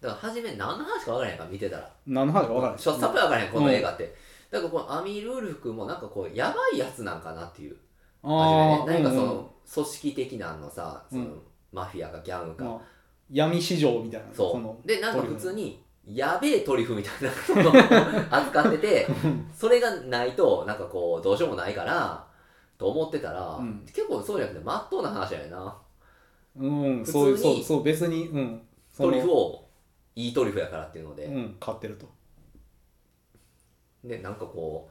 だから初め何の話か分からへんから見てたら何の話かわからないしょっさっぱり分からへんこの映画って、だからこのアミール・ウルフ君もなんかこうやばいやつなんかなっていうあ初あめねなんかそうんうんの組織的なのさその、うんマフィアかギャングか、まあ、闇市場みたいなそのうでなんかトリ普ュフ通にやべえトリュフみたいなその 扱っててそれがないとなんかこうどうしようもないからと思ってたら、うん結構そうじゃなくてまっとうな話やよなうん普そういう通にそうそう別にうんそトのリュフをいいトリュフやからっていうので、うん買ってるとでなんかこ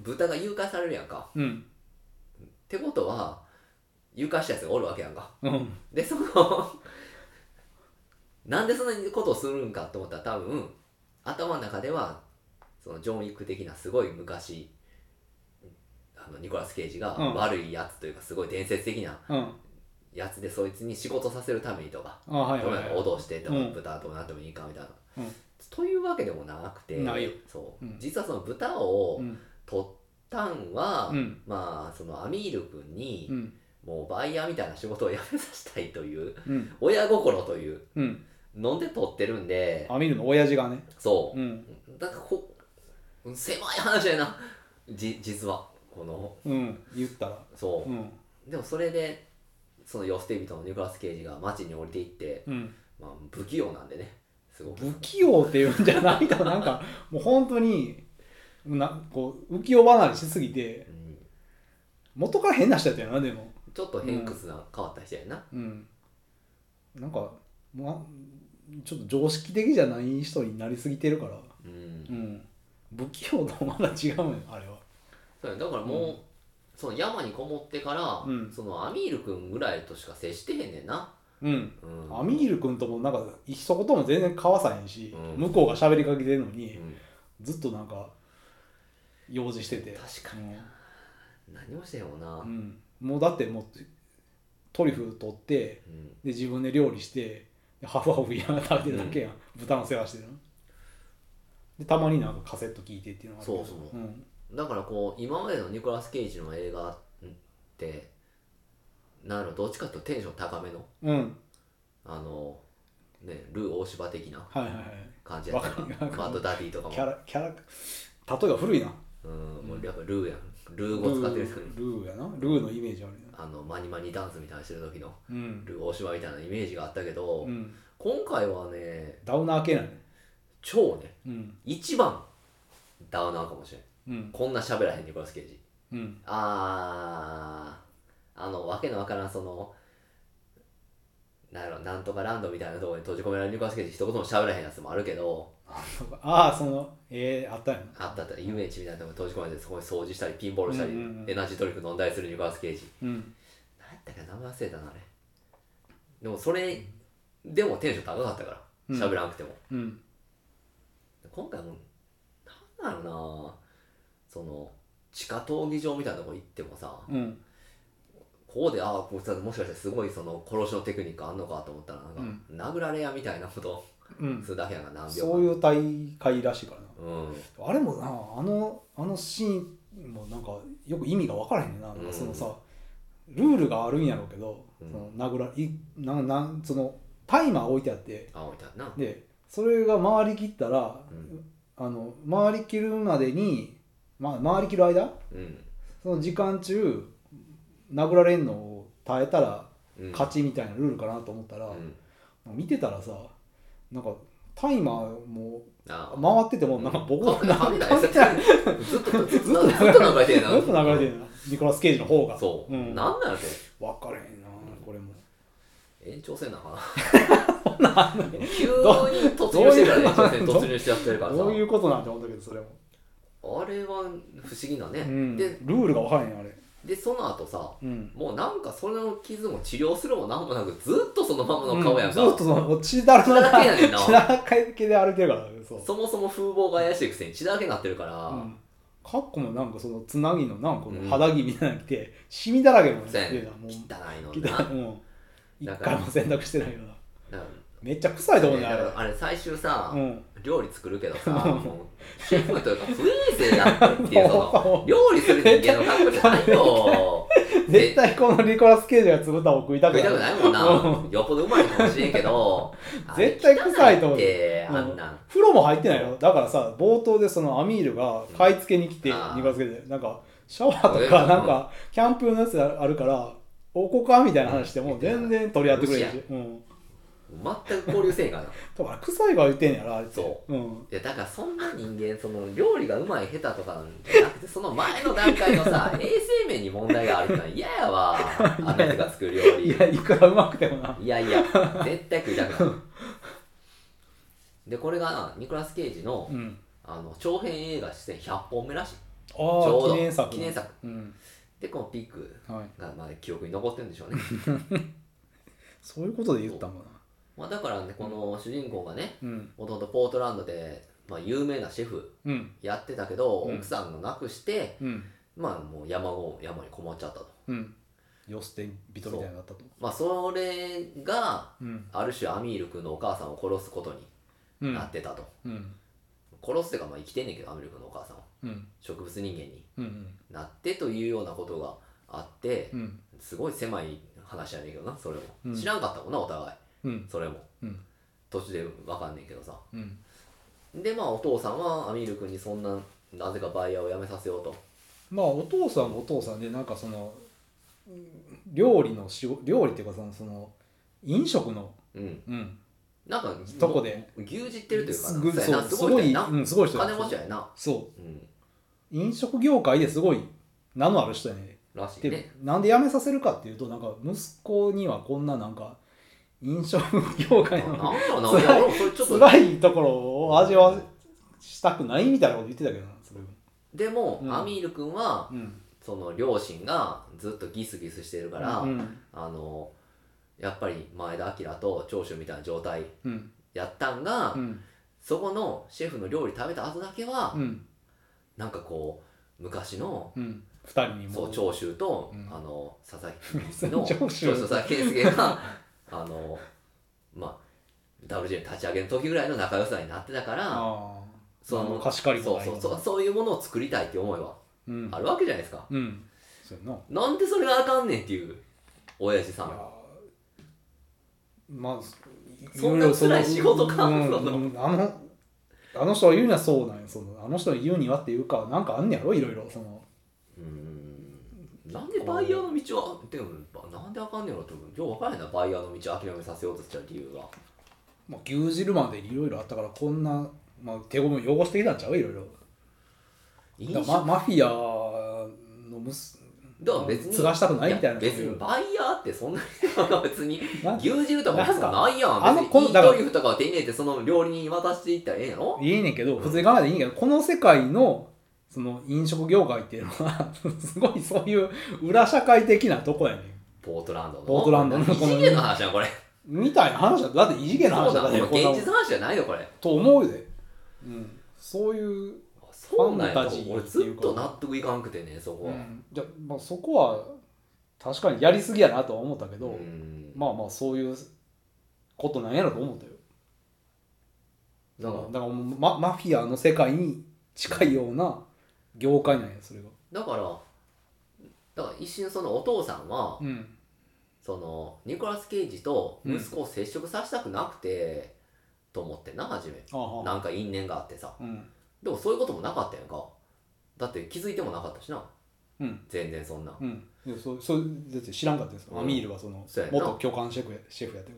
う豚が誘拐されるやんかうんってことは誘拐したやつがおるわけやんかうんでその なんでそんなことをするんかと思ったら多分頭の中ではそのジョン・ウィック的なすごい昔あのニコラス・ケイジがうん悪いやつというかすごい伝説的なうんやつでそいつに仕事させるためにとか、あはいどうはやい、ってはい、脅してとか、うん豚はどうなってもいいかみたいな、うんというわけでもなくてないよそう、うん実はその豚をうん取ったんは、うんまあそのアミール君に、うんもうバイヤーみたいな仕事を辞めさせたいといううん親心といううん飲んで撮ってるんでアミールの親父がねそうんうなんかこう狭い話やなじ実はこのうん言ったらそうう、んでもそれでその寄捨て人のニコラス・ケイジが街に降りていって、うんまあ、不器用なんでねすごく不器用っていうんじゃないとなんかもう本当になこう浮世離れしすぎてうん元から変な人やったよなでもちょっと偏屈な変わった人やな、うんなんかまちょっと常識的じゃない人になりすぎてるからうんうん不器用とまだ違うねあれはそうやだからもう、うんその山にこもってから、うんそのアミール君ぐらいとしか接してへんねんな、うんうん、アミール君ともなんか一言も全然交わさへんし、うん向こうが喋りかけてるのに、うんずっとなんか用事してて確かにな、何もしてへんもんな、うんうんもうだってもうトリュフ取ってうんで自分で料理してでハフハフ言いながら食べてるだけやん、豚の世話してるのでたまになんかカセット聞いてっていうのがあるけどそうそううんだからこう今までのニコラス・ケイジの映画ってなるどっちかというとテンション高めのうんあのねルー大芝的なはいはいはい感じやったかわかるわらかるマッドダディとかもキャラキャラ例えば古いなうんもうやっぱルーやんルー語使ってる人にルールーやなルーのイメージあるよなあのマニマニダンスみたいなしてる時のうん、ルー大芝みたいなイメージがあったけど、うん、今回はねダウナー系なんやね超ねうん一番ダウナーかもしれんうんこんな喋らへんニコラス・ケイジうんあーあのわけのわからんそのなんやろなんとかランドみたいなところに閉じ込められるニコラスケイジ一言も喋らへんやつもあるけどああそのえー、あったよなあったあった遊園地みたいなところに閉じ込められてそこに掃除したりピンボールしたり、うんうんうんエナジートリック飲んだりするニコラスケイジうん何やったっけ名前忘れたなあれでもそれでもテンション高かったからうん喋らなくても、うん今回もなんだろうなその地下闘技場みたいなとこ行ってもさうんこうでああこいつはもしかしてすごいその殺しのテクニックあんのかと思ったらなんか、うん殴られやみたいなことをうんするだけやんか何秒間そういう大会らしいからなうんあれもなあのあのシーンもなんかよく意味が分からへんねんななんかそのさ、ルールがあるんやろうけど、うんその殴らいななんそのタイマー置いてあってあ置いてあるなでそれが回りきったら、うんあの回りきるまでに、まあ、回りきる間うんその時間中殴られんのを耐えたらうん勝ちみたいなルールかなと思ったら、うん見てたらさなんかタイマーもあ回っててもなんかボコボコ関係ない関係ないずっとずっとずっと流れてるなよく流れてるなニコラス・ケイジの方がそう、ん、分なんなのこかれへんなこれもれ延長戦なの かな急に突入してるからね延長戦突入しちゃってるからさどういうことなんて思ったけどそれも、あれは不思議だね、うん、でルールが分からへんあれでその後さうんもうなんかその傷も治療するもなんもなくずっとそのままの顔やんか、うんずっとその血だらけ血だらけやねんな血だらけで歩いてるからそうそもそも風貌が怪しいくせに血だらけになってるから、うんカッコもなんかそのつなぎのなんかこの肌着みたいなの着て、シミだらけのそうやねてんなもう汚着いのてなたうん一回も洗濯してないようだなかめっちゃ臭いとら思うねねだあかれらあれ最終さ、うん料理作るけどさ、うんもうシェフというか不衛生やってっていうその料理する人間の格好じゃないよ 絶対このニコラス・ケイジが作ったを食いた食くいたくないないもんなうよっぽどうまいかもしれんけど絶対臭いと思うあれ汚いってあうんんなん風呂も入ってないよだからさ冒頭でそのアミールが買い付けに来てうんあーニコラス・ケイジでなんかシャワーとうかんなんかキャンプ用のやつあるからおこかみたいな話しても全然取り合ってくれるし、うん、全く交流せんからないだから臭いが言ってんやろあれって、そうん、やだからそんな人間その料理がうまい下手とかなんじゃなくてその前の段階の さ衛生面に問題があるってのは嫌やわあの人が作る料理いやいくらうまくてもないやいや絶対食いたくないでこれがニコラス・ケイジのうんあの長編映画出演100本目らしいちあょうあど記念作記念作うんでこのピックはい、がまあ記憶に残ってるんでしょう ねそういうことで言ったんかまあだからねこの主人公がねなうんもともとポートランドで、まあ、有名なシェフうんやってたけど、うん奥さんを亡くしてうんまあもう山を山にこもっちゃったとうんよ捨て人みたいなのだったとまあそれがうんある種アミール君のお母さんを殺すことうにんなってたと、うん殺すっていうかまあ生きてんねんけどアミール君のお母さんはうん植物人間にうんなってというようなことがあって、うんすごい狭い話やねんけどなそれも、うん知らんかったもんなお互いうんそれもうん途中でわかんねんけどさうんでまあお父さんはアミール君にそんななぜかバイヤーを辞めさせようとまあお父さんもお父さんでなんかそのうん料理の仕事料理っていうかそのその飲食のうんうんなんかとこで牛耳ってるというかすごいそうやなそうすすごごい人いやなうんすごい人金持ちやなそうんう飲食業界ですごい名のある人やねらしいでねなんで辞めさせるかっていうとなんか息子にはこんななんか飲食業な界なんのだろうないや俺もそれちょっと辛いところを味わしたくないみたいなこと言ってたけどなそれもでも、うんアミール君はうんその両親がずっとギスギスしてるから、うんあのやっぱり前田明と長州みたいな状態うんやったんが、うんそこのシェフの料理食べた後だけは、うんなんかこう昔のうん二人にもそう長州と、うんあの佐々木の 長州と佐々木健介があのまあ WJ 立ち上げの時ぐらいの仲良さになってたからああそあのの貸し借りもそうないそうそうそういうものを作りたいって思いはうんあるわけじゃないですか、うんそうやななんでそれがあかんねんっていう親父さいやんまあそんな辛い仕事かうんそんなうんあのあの人が言うにはそうなんやそのあの人が言うにはっていうかなんかあんねやろいろいろそのうーんなんでバイヤーの道はでもなんであかんねんろってよう分からへんなバイヤーの道を諦めさせようとした理由がまあ、牛汁までいろいろあったからこんな、まあ、手ごみ汚してきたんちゃういろいろ飲だ食からママフィアのむすだから別に継がしたくないみたいなや別にバイヤーってそんなに別 になん牛汁とか別にないやんなんかあの別こにイーのだからトリフとかを手に入れてその料理人に渡していったらええんやろいいねんけど普通に考えていいんやけどこの世界のその飲食業界っていうのは すごいそういう裏社会的なとこやねんポートランドのポートランドのこのこの異次元の話やんこれみたいな話だだって異次元のそ話うだだ、かこられ現ねこんなもん実の話じゃないよ、これ。と思うで、うん、そういう、そうなんファやンタジーっていうか俺ずっと納得いかんくてね、そこうは。んじゃまあ、そこは確かにやりすぎやなとは思ったけど、うんまあまあそういうことなんやろと思ったよなんかだからもうママフィアの世界に近いような業界なんやそれがだからだから一瞬そのお父さんは、うんそのニコラス・ケイジと息子を接触させたくなくて、と思ってんな初めああなんか因縁があってさうんでもそういうこともなかったやんかだって気づいてもなかったしなうん全然そんなうんいやそそうだって知らんかったんですよ、うんアミールはそのそうやな元教官シェフやシェフやってる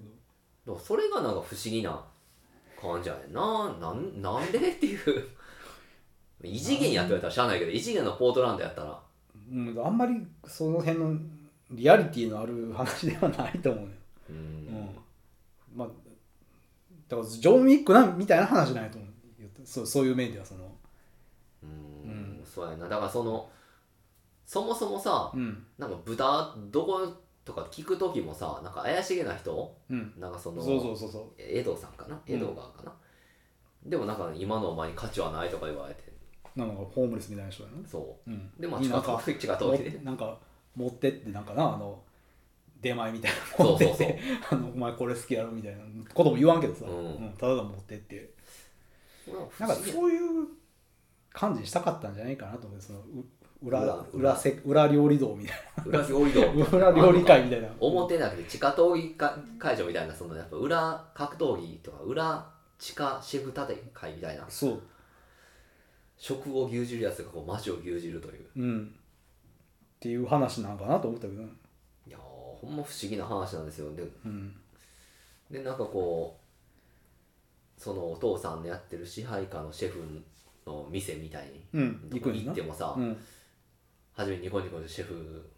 でもそれがなんか不思議な感じやねんななんなんでっていう 異次元やって言われたらしゃあないけど異次元のポートランドやったらうん、あんまりその辺のリアリティのある話ではないと思うね、うんうん、まあだからジョン・ウィックなみたいな話じゃないと思う言ったそうそういう面ではそのううんんそうやなだからそのそもそもさ、うんなんか豚どことか聞く時もさなんか怪しげな人うんなんかそそのうそうそうそう江戸さんかなうん江戸川かな、でもなんか今のお前に価値はないとか言われてなんかホームレスみたいな人だな、そうん、うでまあいい近なんかく 近もくでなんか持ってってなんかなあの出前みたいなのそ持うそってうっそうて あのお前これ好きやろみたいなことも言わんけどさ、うんただ持ってってななんんかか不思議やそういう感じにしたかったんじゃないかなと思うそのう裏裏裏裏せ裏料理道みたい裏料理道な 裏料理会みたいな表だけで地下闘技か会場みたいなそのやっぱ裏格闘技とか裏地下シェフ立て会みたいなそう食を牛耳るやつがこう街を牛耳るといううんっていう話なんかなと思ったけどねいやーほんま不思議な話なんですよでうんでなんかこうそのお父さんのやってる支配下のシェフの店みたいにうんど行こくんや行なってもさ、うん初めにニコニコのシェフ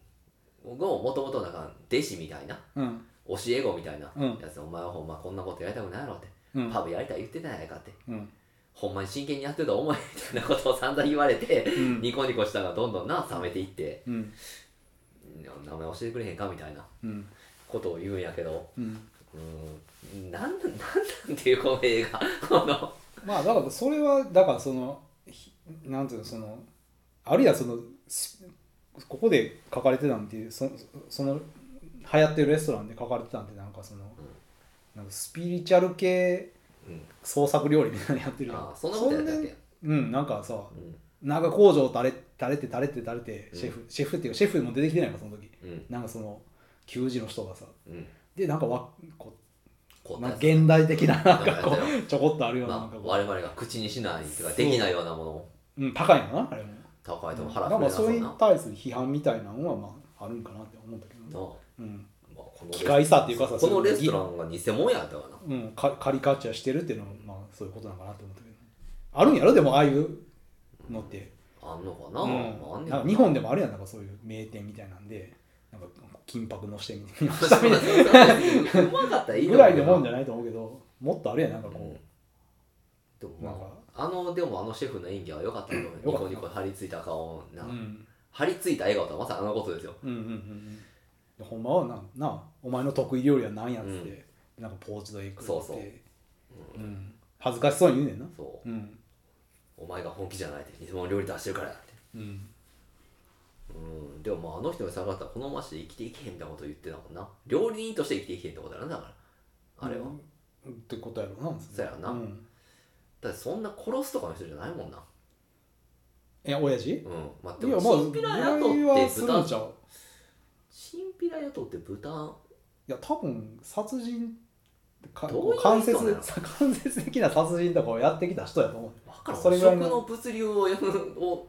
のもともとなんか弟子みたいなうん教え子みたいなうんやつ、お前はほんまこんなことやりたくないやろって、うんパブやりたい言ってたやないかってうんほんまに真剣にやってると思えみたいなことを散々言われて、んニコニコしたのがどんどんな冷めていってうん名前教えてくれへんかみたいなうんことを言うんやけどうんうーん なんなんなんていうこの映画このまあだからそれはだからそのひなんていうのそのあるいはそのすここで書かれてたんっていうそその流行ってるレストランで書かれてたんってなんかその、なんかスピリチュアル系うん創作料理みたいなのやってるやんああそんなことやったっけそんでうんなんかさうんなんか工場垂れ垂れて垂れて垂れてシェフ、うシェフっていうかシェフも出てきてないもんその時うんなんかその給仕の人がさうんでなんかわここううやなんっかて現代的ななんなんかかやこったうちょこっとあるようななんまかあこう我々が口にしないとかできないようなものをうん、高いのかなあれも高いとな腹んか膨まれあなそそうれなになあ対する批判みたいなのはまああるんかなって思ったけど、ねまうんあこの機械さっていうかさこのレストン、ランが偽物やったかなうん、カカリカチュアしてるっていうのはまあそういうことなのかなって思ったけどあるんやろでもああいうのって、あんのかうな、まあ、あんん、ねなんやか日本でもあるやんなんかそういう名店みたいなんでなんか金箔のしてみた いなそう そうそううまかったらいいぐらいのもんじゃないないと思うけどもっとあるやんなんかでこもまああのでもあのシェフの演技は良かったけど、良ニかったコニコ張り付いた顔な、う、うん、張り付いた笑顔とはまさにあのことですようんうんうんうんほんまはななお前の得意料理は何やっつって、なんかポーチドエッグってそうそううん、恥ずかしそうに言うねんなそううんお前が本気じゃないって偽物料理出してるからってうんうん、でもまああの人に下がったらこの町で生きていけへんみたいなこと言ってたもんな料理人として生きていけへんってことやろなだからあれは、うんってことやろなそうやろなうん、だってそんな殺すとかの人じゃないもんなえ親父いうんまあでやまもあチンピラ狙い雇はってするん豚ちゃうチンピラ雇って豚いや多分殺人かどういう間接 人なの間接的な殺人とかをやってきた人やと思うわからんそれぐらいの食の物流をやるを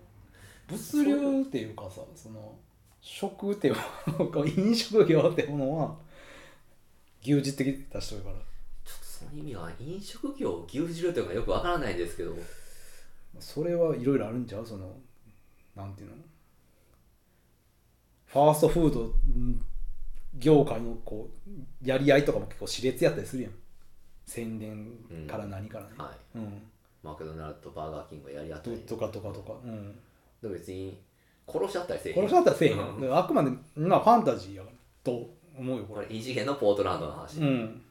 物流っていうかさその食っていうもの飲食業ってものは牛耳ってきた人やからちょっとその意味は飲食業を牛耳るというかよくわからないんですけどそれはいろいろあるんちゃうそのなんていうのファーストフードん業界のこうやり合いとかも結構熾烈やったりするやん宣伝から何からねはいうん、マクドナルドとバーガーキングがやり合ったとりとかとかとかうんでも別に殺しちゃったりせえへんこれだったらせえへん、うんだからあくまでまあファンタジーやからと思うよここれれ異次元のポートランドの話、うん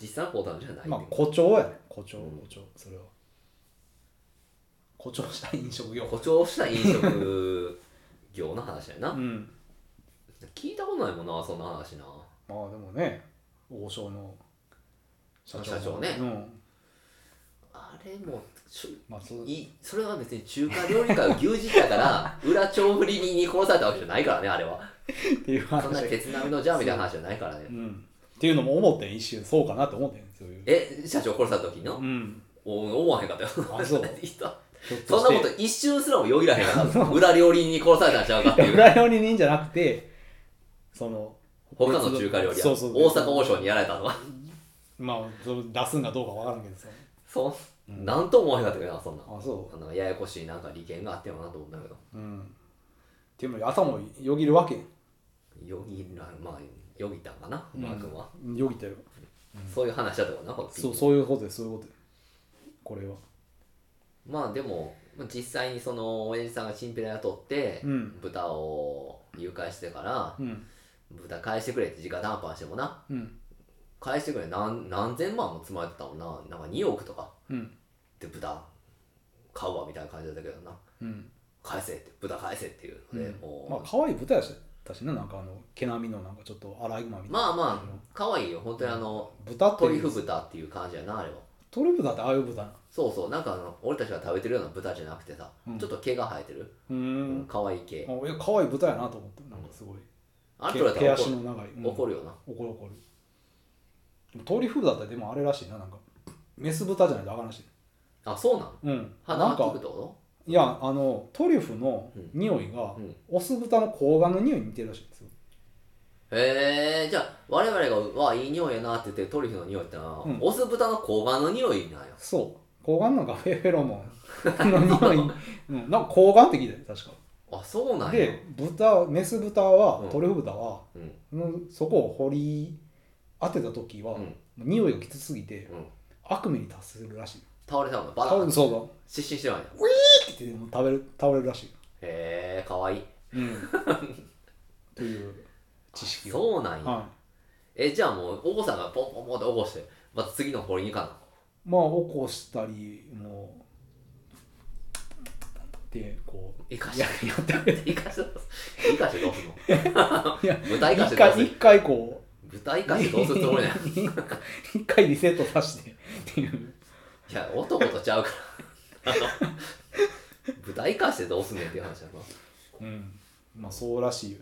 実際のボタンじゃないんまだあけど誇張やね誇張うん誇張それは誇張した飲食業誇張した飲食業の話やな、うん聞いたことないもんなそんな話なまあでもね王将の社長社長ねうんあれもしょまあそういそれは別に中華料理界を牛耳ったから 裏帳振りに殺されたわけじゃないからねあれはっていうそんな話鉄並みのじゃあみたいな話じゃないからねうんっていうのも思ってん一瞬そうかなって思ってんそういうえ社長殺された時の、うんお思わへんかったよあそう いたひょっそんなことと一瞬すらもよぎらへんかった裏料理人に殺されたんちゃうかってしていう裏料理人じゃなくてその他の中華料理屋そうそう大阪王将にやられたのはまあその出すんかどうかわからんけどさそんなんとも思わへんかったけどなそんなあそなんかややこしいなんか利権があってもなと思ったけどううんっていうのも朝もよぎるわけよぎらまあよぎたんかなうんマー君は、よぎったよそういう話だったからなこっちそうそういうことですそういうことですこれはまあでもまあ実際にその親父さんがチンピラ雇って、うん豚を誘拐してから、うん豚返してくれって直談判してもなうん返してくれ何何千万も積まれてたもんななんか2億とかうんで豚買うわみたいな感じだったけどなうん返せって豚返せっていうので、もう、まあ可愛い豚やしたしななんかあの毛並みのなんかちょっとアライグマみたいなまあまあ可愛いよ本当にあの、豚ってトリュいうフ豚っていう感じやなあれはトリュフだってああいう豚なそうそうなんかあの俺たちが食べてるような豚じゃなくてさ、うんちょっと毛が生えてる、うーん可愛い系、あいや可愛い豚やなと思ってなんかすごいあれ毛とだった毛ら足怒る,、の長い、うん怒るよな怒る怒るでもトリュフだったらでもあれらしいななんかメス豚じゃないとあかんらしいあそうなのうん鼻ながん効くっかてこいやあのトリュフの匂いが、とうんオス豚の睾丸の匂いに似てるらしいんですよへえじゃあ我々が「うわいい匂いやな」って言ってトリュフの匂いってのは、うんオス豚の睾丸の匂いなんよそう睾丸なんかフェフェロモンの匂 い、うん、なんか睾丸って聞いたよ確かあそうなんやで豚メス豚うはんトリュフ豚は、うんうんそこを掘り当てた時は、うん匂いがきつすぎてうん悪夢に達するらしい倒れたのバラ多分そうだ失神してないのってでも食べる倒れるらしいへえかわいいうん、という知識を。そうなんや、は、えじゃあもうお子さんがポンポンポンって起こしてまた次の掘りに行かないまあ起こしたりもうでこういかし いややってる イカしてどうすんのイカしてどうすんのいや豚イカし一てどうす回る一回こう豚イカしてどうするつもりなんや 一回リセットさせてっていういや男とちゃうからあの豚イカしてどうすんねんっていう話だなうんまあそうらしいよ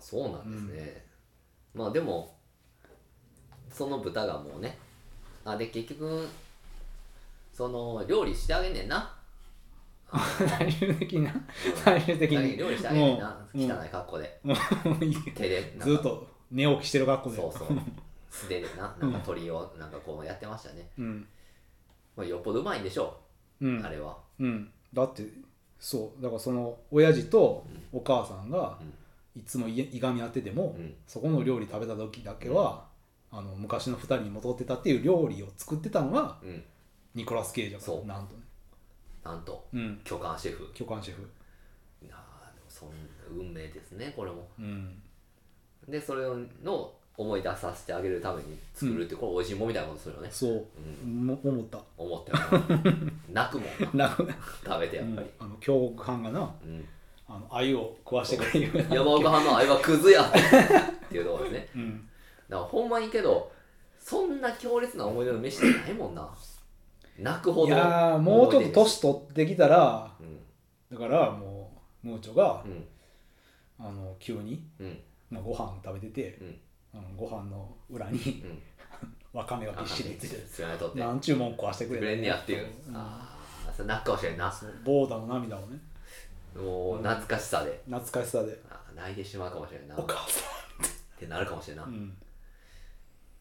そうなんですね、まあでもその豚がもうねあで結局その料理してあげんねんな最終的な最終的に料理してあげんねんな、うん汚い格好でもういい手でなんかずっと寝起きしてる学校でそうそう素手でななんか鳥をなんかこうやってましたね、うんまあ、よっぽどうまいんでしょうう、んあれはうん、だってそうだからその親父とお母さんがいつもいいがみ合ってても、うんそこの料理食べた時だけは、あの昔の2人に戻ってたっていう料理を作ってたのがうんニコラス・ケイジだからそうなんとね、なんとうん、巨漢シェフ巨漢シェフ、なあでもそん運命ですねこれもうん、でそれの思い出させてあげるために作るって、これおいしいもんみたいなことするよねそう、も思った思ったよな泣く もんなな、う食べてやっぱりん、あの京極藩がなうん、あの鮎を食わしてくれるような山岡派のあれはクズやっていうところですねうん、だからほんまにけどそんな強烈な思い出の飯ってないもんな泣くほどいやーもうちょっと年年取ってきたらうんだからもうムーチョがう、んあの急にうんまあご飯食べてて、うんあのご飯の裏に うんわかめがびっしりついてつらいとってなんちゅうもん食わしてくれくれんねやっていう、うんああそれ泣くかもしれんなボーダーの涙をねもう懐かしさで懐かしさであー泣いてしまうかもしれん「なっお母さてなるかもしれんな、 ん」うん、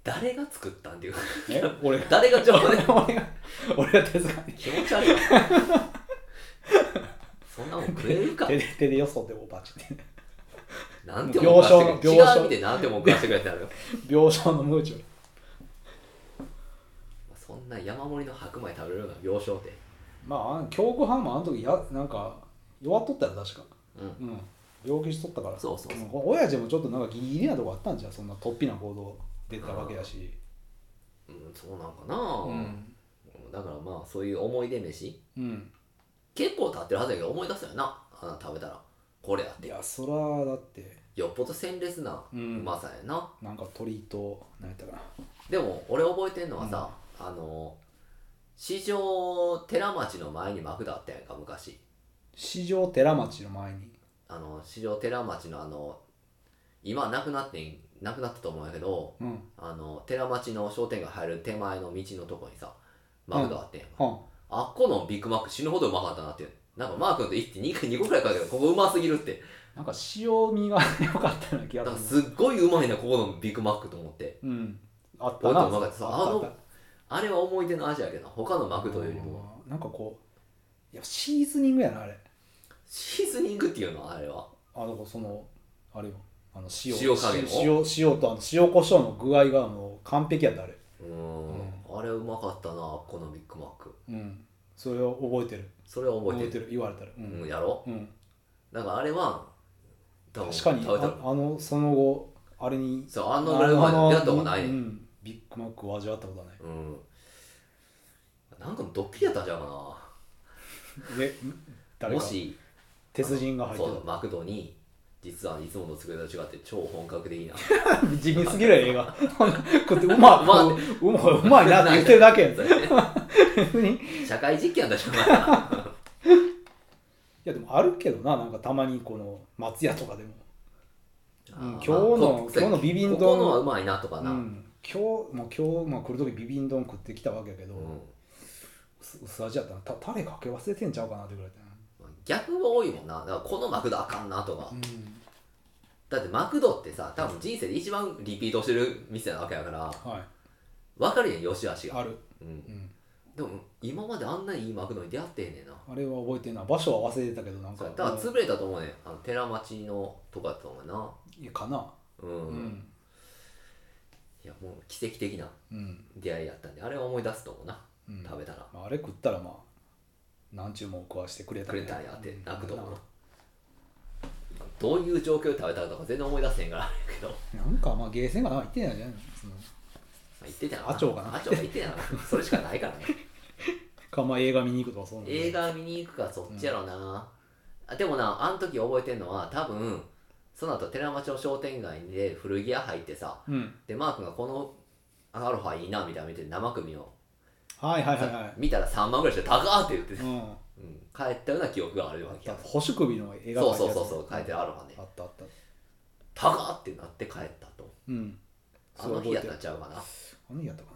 誰が作ったんっていう え俺が 誰が情報で 俺が俺が手づかみ気持ち悪いわ そんなもん食えるか手で手でよそってこうバチってなんてもん食わしてくれ病床違う意味でなんてもん食わしてくれってなるよ病床のムーチョそんな山盛りの白米食べれるような病床ってまああの京極藩もあの時やなんか弱っとったよ確かうんうん病気しとったからそうそうそうんこの親父もちょっとなんかギリギリなとこあったんじゃんそんな突飛な行動出たわけやし、うん、そうなんかな、うんだからまあそういう思い出飯うん結構経ってるはずやけど思い出すよなあの食べたらこれやっいてやそらだってよっぽど鮮烈なううんまさやな、なんか鳥と何やったかなでも俺覚えてんのはさ、あの市場寺町の前にマクドあったやんか昔市場寺町の前にあの市場寺町のあの今なくなってんなくなったと思うんやけどうんあの寺町の商店街入る手前の道のとこにさマクドあってんやんか、はあっこのビッグマック死ぬほどうまかったなっていうなんかマー君と行って2回2個くらいかけどここうますぎるってなんか塩味が 良かったような気だがからするすっごいうまいなここのビッグマックと思ってうんあっ俺とたなうまかったそうああったあのあれは思い出の味やけどな他のマクドよりももなんかこういやシーズニングやなあれシーズニングっていうのあれはあのそのあれよあの塩塩加減を塩塩とあの塩コショウの具合がもう完璧やったあれうーんあれうまかったなあっこのビッグマックうんそれを覚えてるそれは覚え覚えててるる言われたらううんん、やろうん、だからあれは多分確かに食べたあらあのその後あれにそうあんなぐらいうまいの出会ったことないうんうねんビッグマックを味わったことはないうんなんかのドッキリやったんじゃうかでな誰もかし鉄人が入ってそうマクドに実はいつもの作りと違って超本格的な た 地味すぎる映画 こうやってうままあこううまいうまいなって言ってるだけやんいそれね別 に社会実験だしょうがやでもあるけどななんかたまにこの松屋とかでも、うん今日の今日のビビン丼ここのはうまいなとかうん、な、今日もう今日、まあ、来る時ビビン丼食ってきたわけやけど、うん薄薄味やったなたタレかけ忘れてんちゃうかなってぐらいだな逆も多いもんなだからこのマクドあかんなとか、うんだってマクドってさ多分人生で一番リピートしてる店なわけやからはい分かるやんよしあしが、ある、うんうん、でも今まであんないいマクドに出会ってへんねんなあれは覚えてんな場所は忘れてたけどなんそかうだから潰れたと思うねんあの寺町のとかだと思うないやかなうん、うん、いやもう奇跡的なうん出会いやったんであれは思い出すと思うな、うん食べたらまあ、あれ食ったらまあ何ちゅうもん食わしてくれたくねれたんやってうん泣くと思うどういう状況で食べたかとか全然思い出せへんからあれやけどなんかまあゲーセンがなんか行ってんやんじゃないのそのまあ言ってたよアチョウかなアチョウが言ってたよ なそれしかないからねかまあ映画見に行くとかそうなんだけど映画見に行くかそっちやろな、あでもなあの時覚えてんのは多分その後寺町の商店街で古着屋入ってさうんでマー君がこのアロハいいなみたいな見て生首をはいはいはいはい見たら3万ぐらいして高ーって言って、うんあうん、帰ったような記憶があるわっけたや保守首の映画そうそうそうそう書いてああるわねあったあった高ーってなって帰ったとうんあの日やったそんちゃうかなう覚えてるあの日やったか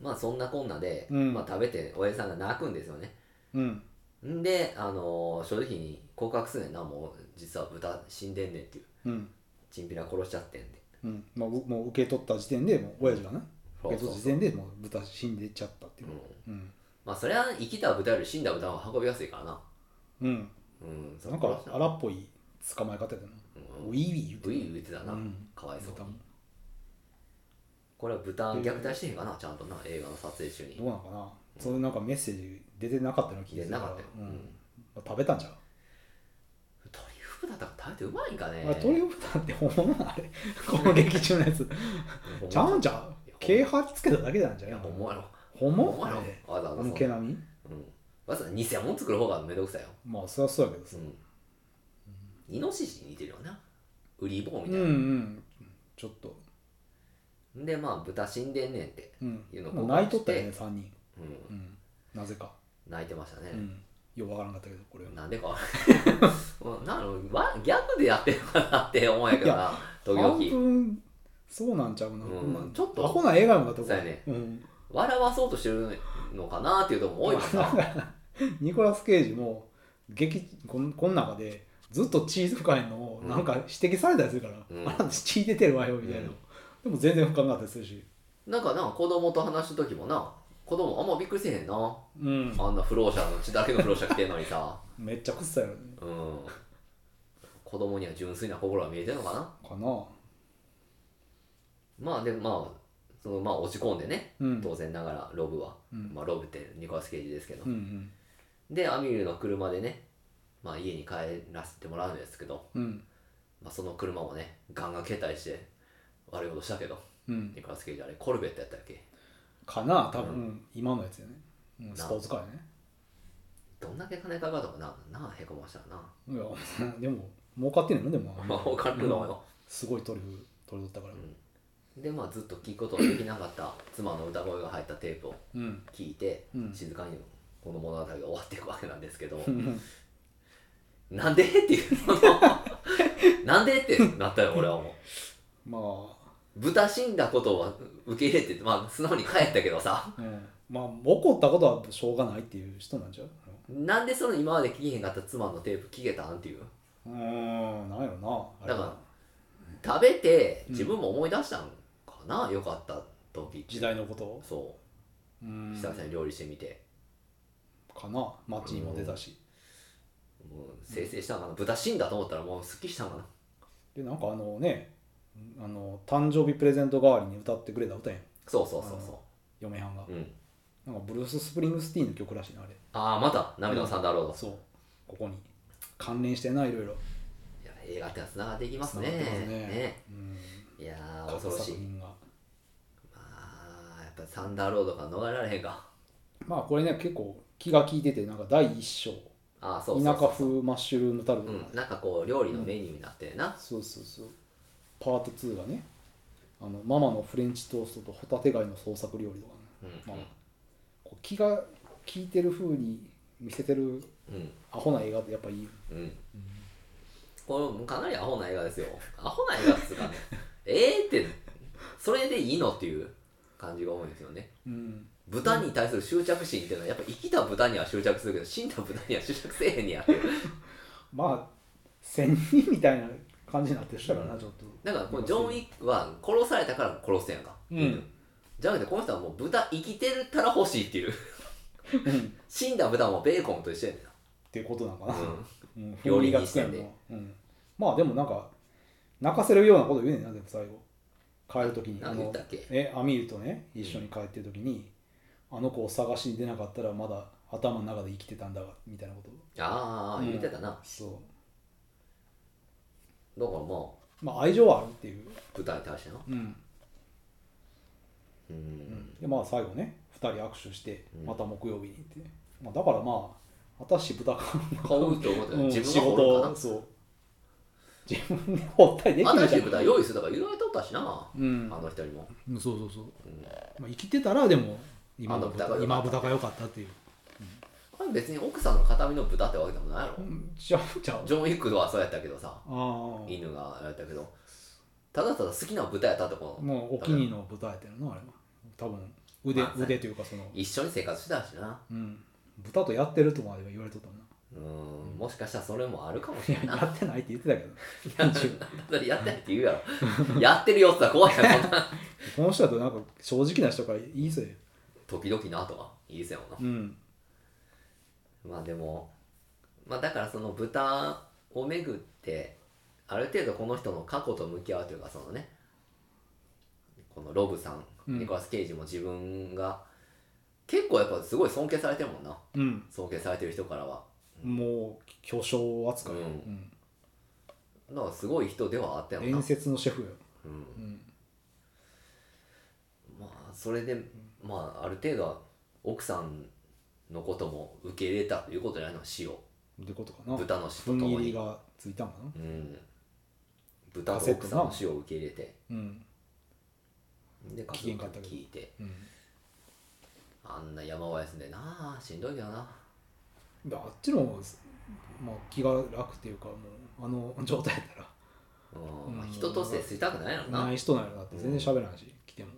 まあそんなこんなで、うんまあ、食べて親父さんが泣くんですよねなうんんで、あのー正直に告白すんねんなもう実は豚死んでんねんっていううんチンピラ殺しちゃってんでうんまあ、うもう受け取った時点でもう親父がねそ受うけそう取そっうた時点でもう豚死んでいっちゃったっていううんうんまあそれは生きた豚より死んだ豚の方が運びやすいからなうん、うんそなんか殺した荒っぽい捕まえ方だな、うんウィーウィー言うブてイ言ってたな、うんかわいそう豚にもこれは豚虐待してへんかなちゃんとな映画の撮影中にどうなのかな、そういうなんかメッセージ出てなかったの聞いて出てなかったようんうんまあ、食べたんじゃう、トリュフ豚とか食べてうまいんかねあれトリオプターって本物な あれこの劇中のやつほんまちゃうんちゃういや軽貼り付けただけなんじゃいんやほんまやろほんほんままやろあわれざわざあの毛並みうんわざわざ偽物作る方がめんどくさいよまあそりゃそうやけどさ、うん、イノシシに似てるよなウリボウみたうん、ういんな、ちょっと、でまあ豚死んでんねんって、うんいうの、もをう泣いとったよね3人、うん、うん、なぜか、泣いてましたねう、ん、よくわからんかったけどこれはなんでかわ からんうんなんやろわギャグでやってるかなって思うんやけどな時半々分そうなんちゃうな、うんまあちょっとアホな笑顔だとこそうやねうん、笑わそうとしてるのかなっていうとこも多いもん なニコラス・ケイジも劇こんこの中でずっと血深いのをうんなんか指摘されたりするから、うんあなた血出てるわよみたいな、うんでも全然深かったりするし、なんかな子供と話した時もな子供あんまびっくりせえへんなうん、あんな不老者の血だけの不老者来てんのにさ めっちゃくっさいよねうん子供には純粋な心が見えてるのかなかなまあでまあそのまあ落ち込んでねうん当然ながらロブは、うんまあ、ロブってニコラス・ケイジですけど、うんうんでアミュールの車でね、まあ、家に帰らせてもらうんですけど、うんまあ、その車もねガンガン携帯して悪いことしたけどうんニコラス・ケイジあれコルベットやったっけかな多う分今のやつやね、うん、なスポーツカーやねどんだけ金かかるとかななあへこましたらないや でも儲かってんねんなでも まあ儲かるのはよすごいトリュフ取り取ったからでまあずっと聴くことのできなかった妻の歌声が入ったテープをうん聞いて、うん静かにこの物語が終わっていくわけなんですけど、うんなんでっていうその なんでってなったよ俺はもうま豚死んだことは受け入れてまあ素直に帰ったけどさあ、うん、まあ怒ったことはしょうがないっていう人なんじゃうなんでその今まで聞けへんかった妻のテープ聞けたんっていううーんなんやろなあれだから食べて自分も思い出したんかな、よかった時時代のことをそううーん久々に料理してみて、かな街にも出たしもう生成したんかな豚死んだと思ったらもうすっきりしたんかなでなんかあのねあの誕生日プレゼント代わりに歌ってくれた歌やんそうそうそうそ嫁はんがううんなんかブルース・スプリングスティーンの曲らしいなあれああまた涙のサンダーロード、そうここに関連してんないろいろいや映画ってのはつながっていきますね繋がってますねねうんいやー恐ろし過去作い品がまあやっぱりサンダーロードから逃れられへんかまあこれね結構気が利いててなんか第一章ああそうそう田そう舎風マッシュルームタルト、うん、なんかこう料理のメニューになってるな、そうそうそうパート2がねあのママのフレンチトーストとホタテ貝の創作料理とかね、うんうんまあ、こう気が利いてる風に見せてるうんアホな映画ってやっぱいいようん、これかなりアホな映画ですよアホな映画っつうかね えーってそれでいいのっていう感じが多いんですよねうん豚に対する執着心っていうのはやっぱ生きた豚には執着するけど死んだ豚には執着せえへんねやっていうまあ仙人みたいな感じになってる人だからな、うんちょっとだからこのジョン・ウィックは殺されたから殺すやんか、うん犬じゃなくてこの人はもう豚生きてるたら欲しいっていううんっ死んだ豚はもうベーコンと一緒やねんなてことなのかな、うん、料料理理人がにつしくてやんんでの、うん、まあでもなんか泣かせるようなこと言うねんなでも最後帰る時に何言ったっけえアミールとね一緒に帰ってる時に、あの子を探しに出なかったらまだ頭の中で生きてたんだがみたいなことああうん言ってたな、そだからまあうまあ愛情はあるっていう豚に対してなうん、うん、でまあ最後ね2人握手してうんまた木曜日にって、まあ、だからまあ私豚か買うと思ったらうん自分仕が掘るか事なそう自分で放ったりできる新じしゃいん豚用意するとか言われとったしな、うんあの人にもうんそうそうそう、うんまあ、生きてたらでも今のあの豚が良か豚った今豚が良かったっていう、あれ別に奥さんの形見の豚ってわけでもないやろ、じゃあじゃあジョン・ウィックはそうやったけどさああ犬がやったけどただただ好きな豚やったとこもうお気に入りの豚やってるのあれは多分腕,、まあね腕というかその、一緒に生活してたしなうん、豚とやってるとまでは言われとったもんなうんもしかしたらそれもあるかもしれ んないやってないって言ってたけなどやってないって言うやろやってるよって言ったら怖いやろ そんなこの人だとなんか正直な人からいいぜ時々なとはいいですよなうんまあでもまあだからその豚をめぐってある程度この人の過去と向き合うというかそのねこのロブさん、うんニコラス・ケイジも自分が結構やっぱすごい尊敬されてるもんなうん尊敬されてる人からはもう巨匠扱い、うんうんだからすごい人ではあったよな、うん伝説のシェフよ、うん、まあそれでまあある程度は奥さんのことも受け入れたということじゃないの死をってことかな豚の死とと踏んも切りに、がついたんかなうん、豚と奥さんの死を受け入れてうん、で家機嫌族かったけど聞いてうん、あんな山は休んでなあしんどいけどなであっちの方が、まあ、気が楽っていうかもうあの状態やったらうん、まあうん人として吸いたくないや ろな、ない人なんやろなって全然喋らんし、来ても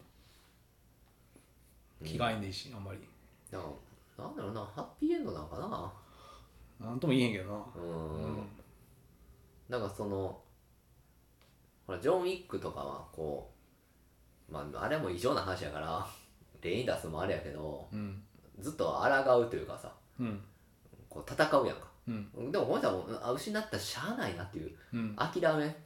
うん着替えんでいいしあんまりだからなんだろうなハッピーエンドなんかななんとも言えへんけどなうん、うんなんかそのほらジョン・ウィックとかはこうまああれも異常な話やから レインダスもあれやけどうんずっと抗うというかさうんこう戦うやんかうんでもこの人はもうあ失ったらしゃあないなっていううん諦め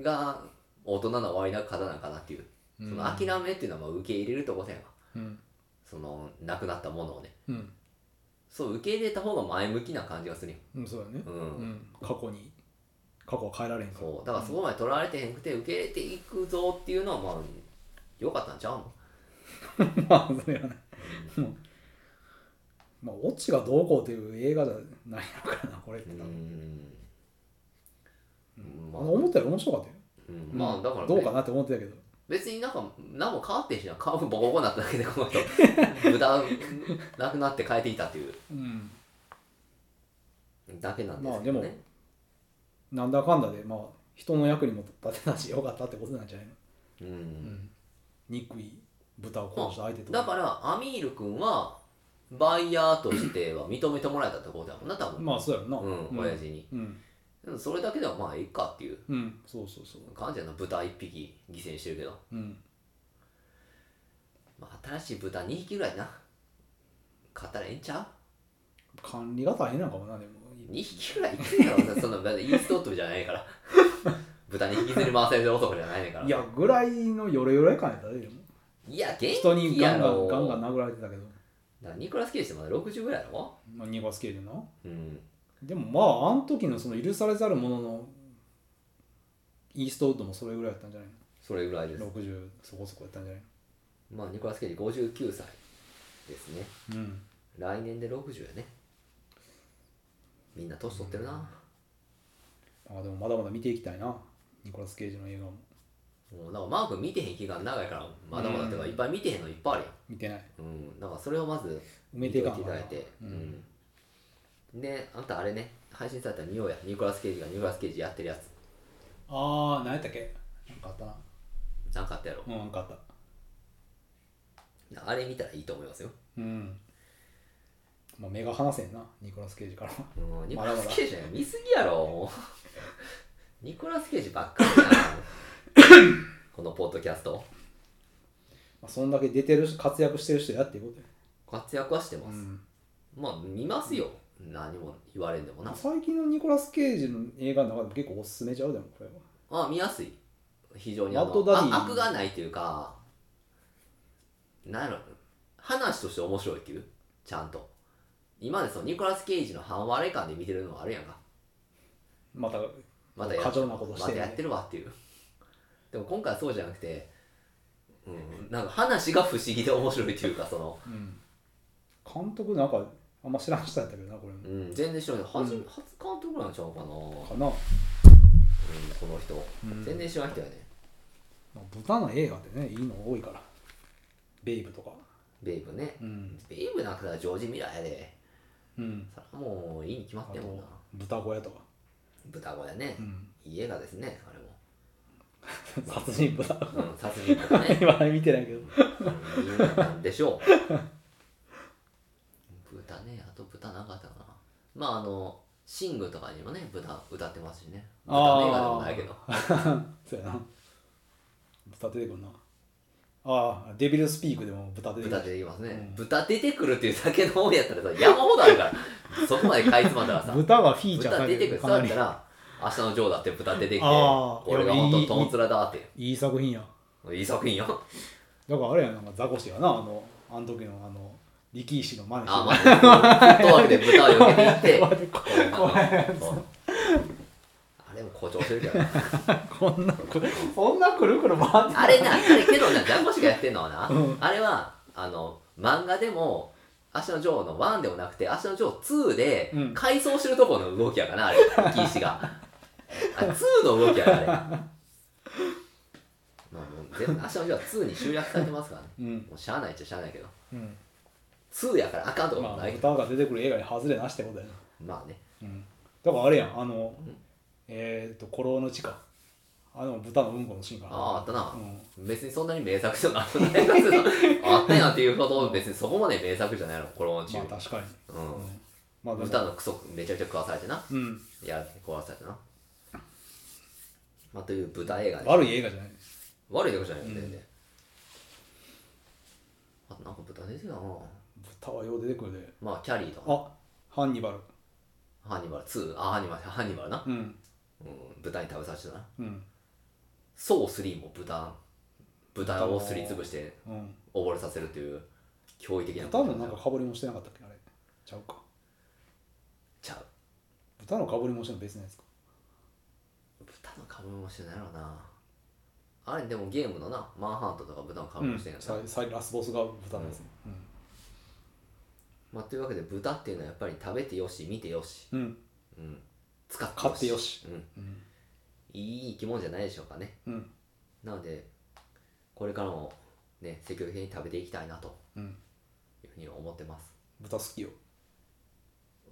が大人の終わりな方なんかなっていうその諦めっていうのはまあ受け入れるとこせんわうんそのなくなったものをねうんそう受け入れた方が前向きな感じがするよ、うんそうだねううんん過去に過去は変えられへんからそうだからそこまでとらわれてへんくて受け入れていくぞっていうのはまあよかったんちゃうのまあそれはね、もうまあオチがどうこうという映画じゃないのかなこれってう多ー分、んまああの思ったより面白かったよ、うんまあだからどうかねなって思ってたけど別になんか何も変わってんしな顔ボコボコになっただけでこの人 無駄なくなって変えていたっていううんだけなんでますあけでどもね、なんだかんだでまあ人の役にも立てたしよかったってことなんじゃないの、うん憎い豚を殺した相手とだからアミール君はバイヤーとしては認めてもらえたってことやもんな多分、まあそうやろなうん、親父に、うん、うん、それだけではまあいいかっていううん、そうそうそう感じやな豚一匹犠牲にしてるけど、うんまあ、新しい豚2匹ぐらいな買ったらええんちゃう管理が大変なんかもなでも2匹ぐらいいってんや ろそんなイーストウッドじゃないから豚に引きずり回されてる男じゃないねんからいやぐらいのヨレヨレ感やったででもいや元人に気やガンガろンガンガン殴られてたけど、だからニコラス・ケイジってまだ60ぐらいやろまあ、ニコラスケイジなうんでもまああの時のその許されざるもののイーストウッドもそれぐらいやったんじゃないそれぐらいですの60そこそこやったんじゃないまあニコラス・ケイジ59歳ですねのうん来年で60やねみんな年取ってるな、あでもまだまだ見ていきたいなニコラス・ケイジの映画ももうなんかマー君見てへん期間長いからまだまだってかいっぱい見てへんのいっぱいある見てないやんうんだからそれをまず埋めていかん見かといなていただいてううんん、であんたあれね配信された見ようやニコラス・ケイジがニコラス・ケイジやってるやつああ何やったっけなんかあったななんかあったやろうんなんかあったあれ見たらいいと思いますよ、うんまあ目が離せんなニコラス・ケイジからはうん、ニコまだラまだス・ケイジは見すぎやろ もうニコラス・ケイジばっかりやなこのポッドキャストまあそんだけ出てるし活躍してる人やっていうことや活躍はしてます、んまあ見ますよ何も言われんでもな最近のニコラス・ケイジの映画の中でも結構おすすめちゃうでもこれはまあ見やすい非常にあのマットダディあ悪がないというかなんやろ話として面白いっていうちゃんと今までそのニコラス・ケイジの半割れ感で見てるのはあるやんかまたまたや過剰なことしてまるねたやってるわっていうでも今回はそうじゃなくて、うん、なんか話が不思議で面白いというかその、うん監督なんかあんま知らん人やったけどなこれもうん、全然知らない初,、初監督なんちゃうかな、うん、こかな、の人、うん全然知らない人やねまあ、豚の映画でねいいの多いからベイブとかベイブねうんベイブなんかジョージ・ミラーやでうんそれはもういいに決まあってんもんなと豚小屋とか、豚小屋ね、うん、いい映画ですねあれも殺人豚うん、殺人とか ね。今見てないけどうんいい映画なんでしょう。豚ね、あと豚なかったかな。まああの、シングとかにもね、豚歌ってますしね。豚の映画でもないけど。そうやな豚出てくるなああデビルスピークでも豚出てく豚る出てきますね、うん豚出てくるっていうだけの方やったらさ、山ほどある から。そこまでかいつまんだらさ、豚がフィーチャー豚され出ててくるるさかなだっりたら、明日のジョーだって豚出てきて、あー俺が本当トンツラだっいい作品やて。いい作品よ。だからあれやななんかザコシがなあのあの時のあの力石の真似してあ、まず、フットワークで豚を避けていって、こ うそうあれも誇張してるけどな。こんなくるそんなくるくる回ってあれな、あれけどな、ザコシがやってんのはな、うんあれは、あの、漫画でも、明日のジョーの1でもなくて、明日のジョー2でうん、改装してるところの動きやからな、あれ、力石が。あ、2の動きやから、あれ。まあもう全部、明日のジョーは2に集約されてますからね。うんもうしゃあないっちゃしゃあないけど、うん2やからあかんとかまもあないけど、豚が出てくる映画に外れなしってことやなまあね。うんだからあれやんあのえっと「古老の地か」あの豚のうんこのシーンかなあああったなうん別にそんなに名作じゃなくないあったやんっていうほど別にそこまで名作じゃないのこの中、まあ確かにうんまあでも歌のクソめちゃくちゃ食わされてなうんいや壊されてなまあという舞台映画で悪い映画じゃない悪いとこじゃないんだよね、あとなんか豚出てたな豚はよう出てくるでまあキャリーとかあハンニバルハンニバル2あハンニバルハンニバルな、うんうん、豚に食べさせてたなうんソー3も豚豚をすりつぶしてうん溺れさせるという驚異的な豚のなんかかぶりもしてなかったっけあれちゃうかちゃう豚のかぶりもしての別のやつか豚の株もしてないやろなあれでもゲームのなマンハントとか豚のう関ん係してんやつ、最最ラスボスが豚なんですねまあ、というわけで豚っていうのはやっぱり食べてよし見てよし、うん、うんうん、使って買ってよし、うん、うんいい生き物じゃないでしょうかねうんなのでこれからもね積極的に食べていきたいなとうんいうふうに思ってます豚好きよ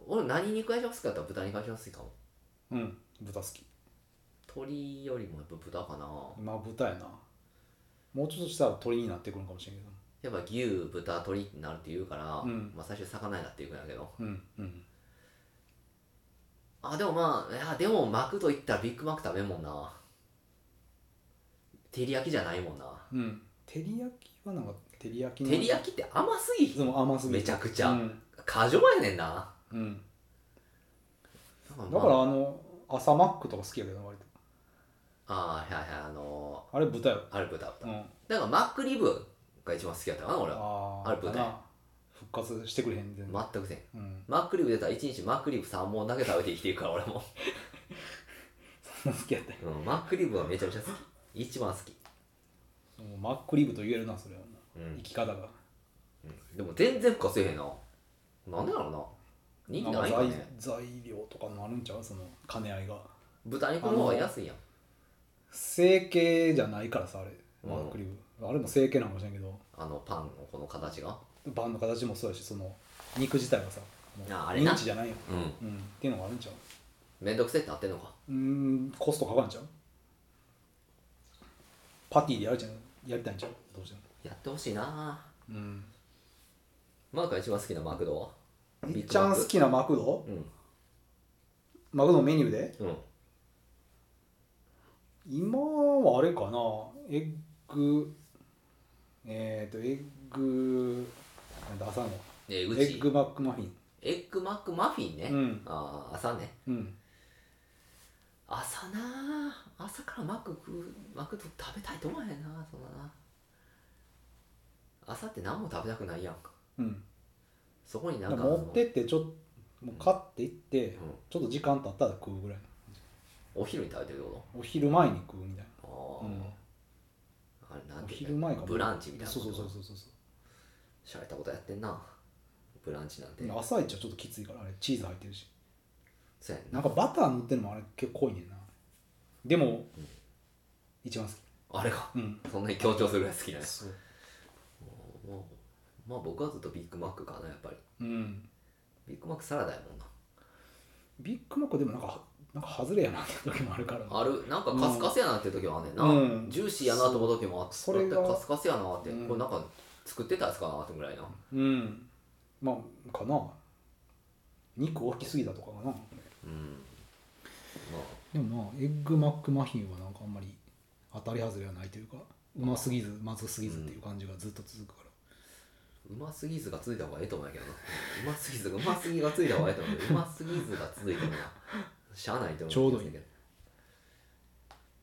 俺何肉味が好きかって言ったら豚肉味が好きかもうん豚好き鳥よりもやっぱ豚かなまあ豚やなもうちょっとしたら鳥になってくるかもしれんけどやっぱ牛豚鳥になるって言うから、うんまあ最初魚になっていくんやけどうんうんあでもまあいやでも巻くと言ったらビッグマック食べんもんな照り焼きじゃないもんなうん照り焼きはなんか照り焼きの照り焼きって甘すぎひんでも甘すぎるめちゃくちゃうん、過剰やねんなうんだから,、だからあの朝マックとか好きやけどな割とああはいはいあのあれ豚よー、アルプだっうた、んだあからマックリブが一番好きやったかな俺はあーあれ豚やかな復活してくれへん全然、全くせんうん、マックリブ出たら1日マックリブ3本だけ食べて生きていくから俺も、そんな好きやったよ うん、マックリブはめちゃめちゃ好き一番好き、もうマックリブと言えるなそれはもううん生き方がうんでも全然復活せえへんななんでやろな人気なんないかか材ね材料とかもあるんちゃうその兼ね合いが豚肉の方が安いやん成形じゃないからさあれうんマックリブ、あれも成形なんかもしれんけどあのパンのこの形がバンの形もそうやしその肉自体がさもうああれなミンチじゃないよ、うんうん、っていうのがあるんちゃうめんどくせえってなってんのかうーんコストかかんちゃうパティでやるじゃんやりたいんちゃうどうしてもやってほしいなうんマークが一番好きなマクドはめビっッちグマゃッんク好きなマクドうんマクドのメニューでうん今はあれかなエッグえっ、とエッグなんだ朝のえエうちッグマックマフィンエッグマックマフィンね、うんああ朝ねうん朝なあ朝からマック食うマクド食べたいと思わへんなそんなな朝って何も食べたくないやんかうんそこになだんかからあの持ってってちょっともう買っていって、うんちょっと時間経ったら食うぐらいお昼に食べてるってこお昼前に食うみたいとな、うん、ああ、あれなんおて昼前かもブランチみたいなそうそうそうそうそうしゃれたことやってんなブランチなんて朝一はちょっときついからあれチーズ入ってるしそうやんななんかバター塗ってるのもあれ結構濃いねんなでも、一番好きあれかうんそんなに強調するぐらい好きなやつそうもうまあ僕はずっとビッグマックかなやっぱりうんビッグマックサラダやもんなビッグマックでもなんかなんか外れやなって時もあるからあるなんかカスカスやなっていう時もあんねんな、うんジューシーやなと思う時もあってそれがカスカスやなって、うんこれなんか作ってたやつかなってぐらいなうんまあかな肉大きすぎだとかかなうんまあでもまあエッグマックマフィンはなんかあんまり当たり外れはないというかうますぎずまずすぎずっていう感じがずっと続くから、うますぎずがついた方がええと思うんやけどなうますぎずがうますぎがついた方がええと思うけどうますぎずがついてもなしゃあないと思うんですけど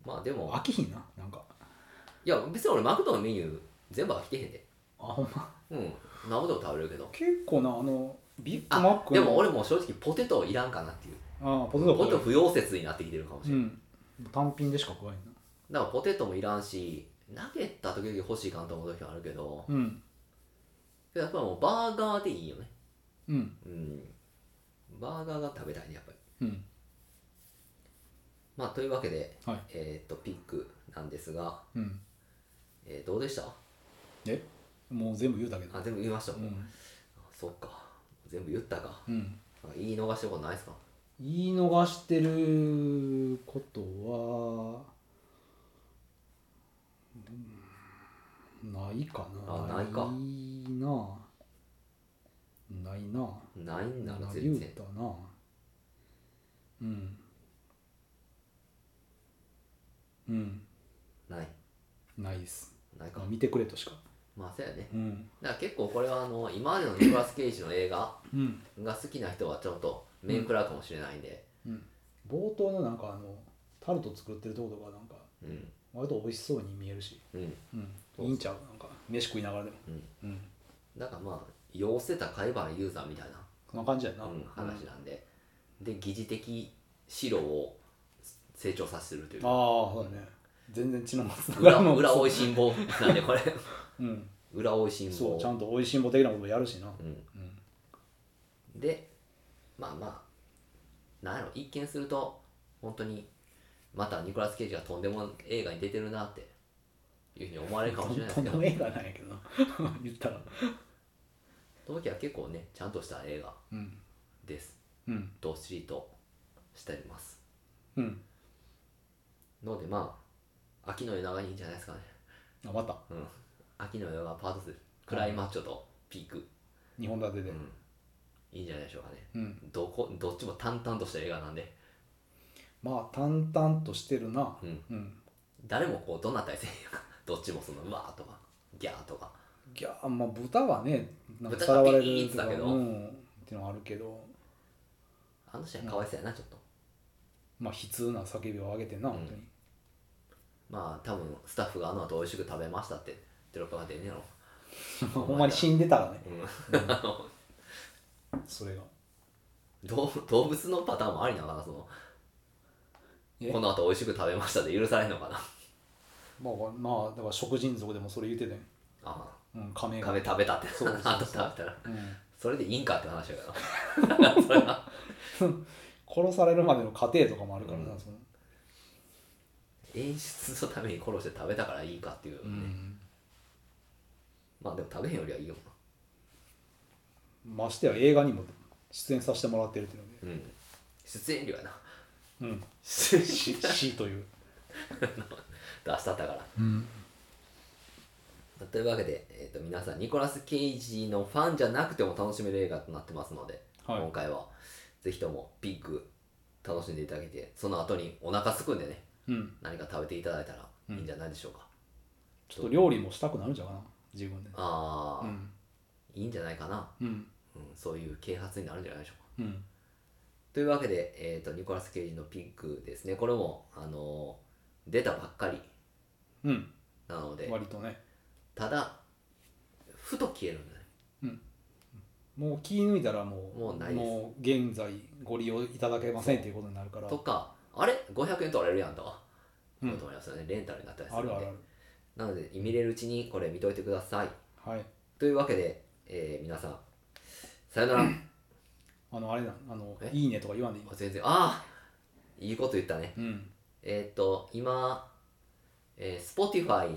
まあでも飽きひんななんかいや別に俺マクドのメニュー全部飽きてへんであほんまうん何ぼでも食べれるけど結構なあのビッグマッあクでも俺俺もう正直ポテトいらんかなっていうあポテトポテトは不要説になってきてるかもしれうない、ん単品でしか食わへんだなからポテトもいらんしナゲットは時々欲しいかなと思う時もあるけどうんやっぱもうバーガーでいいよねうんうんバーガーが食べたいねやっぱりうんまあというわけで、はいえーっとピックなんですが、うんえーどうでしたえもう全部言うだけどあ全部言いました、うあん、そっか全部言ったかうん、なんか言い逃したことないですか言い逃してることはうんないかなあないかないなないなないんだなな言全う然たなうんうんないないですないかあ見てくれとしかまあそうやねうんだから結構これはあの今までのニコラス・ケイジの映画うんが好きな人はちょっと面食らうかもしれないんで、うん冒頭のなんかあのタルト作ってるとことかなんかうん、割と美味しそうに見えるしうん、うんそうそういいんちゃうなんか飯食いながらでもうん、うんだからまあ、要せた貝原ユーザーみたいな、そんな感じやな、うん、話なんで、で、疑似的白を成長させるというああそうだね全然血の松永裏の裏おいしんぼなんでこ れうん、裏おいしんぼそうちゃんとおいしんぼ的なこともやるしな、うんでまあまあなんやろ一見すると本当にまたニコラス・ケイジがとんでもない映画に出てるなっていうふうに思われるかもしれないですとんけでども映画なんやけどな 言ったら当時は結構ねちゃんとした映画うんですうんどっしりとしておりますうんのでまあ秋の夜長にいいんじゃないですかねあまたうん秋の夜長パート2暗いマッチョとピーク、 2本立てで、いいんじゃないでしょうかねうん、どこどっちも淡々とした映画なんで、まあ淡々としてるなうん、うん誰もこうどんな体勢か どっちもそのうわーとかギャーとかいやまあ豚はねなんか豚さがらわれピーンるってだけどうん、っていうのはあるけどあの試合かわいそうやなちょっとまあ悲痛な叫びを上げてんな、うん本当にまあ多分スタッフがあの後美味しく食べましたってテロップが出んねやろほんまに死んでたらね それが動動物のパターンもありながらそのえこの後美味しく食べましたで許されんのかなまあまあだから食人族でもそれ言ってたよ、あうん、亀あが亀食べたってそうそうそう後食べたらうん、それでいいんかって話やから殺されるまでの過程とかもあるからな、その演出のために殺して食べたからいいかっていうね、うんまあでも食べへんよりはいいよましてや映画にも出演させてもらってるっていうのでなうん出演料やなうん出演死死という出したったからうんというわけで、えー、と皆さんニコラス・ケイジのファンじゃなくても楽しめる映画となってますので、はい今回はぜひともビッグ楽しんでいただけてその後にお腹すくんでねうん何か食べていただいたらいいんじゃないでしょうか、ちょっと料理もしたくなるんじゃないかな自分でああ、うんいいんじゃないかな、うんうん、そういう啓発になるんじゃないでしょうかうんというわけで、えー、とニコラス・ケイジのビッグですねこれも、あのー出たばっかりうんなので割とねただふと消えるんだねもう気抜いたらもうもうないですもう現在ご利用いただけませんっていうことになるからとかあれ500円取られるやんとか、こうういうんと思いますよねレンタルになったりすあるんるであるあるなので見れるうちにこれ見といてくださいはいというわけで、えー皆さんさよ なら、あのあれだあのえいいねとか言わんでいいあ全然ああいいこと言ったねうんえーっと今、えー、Spotify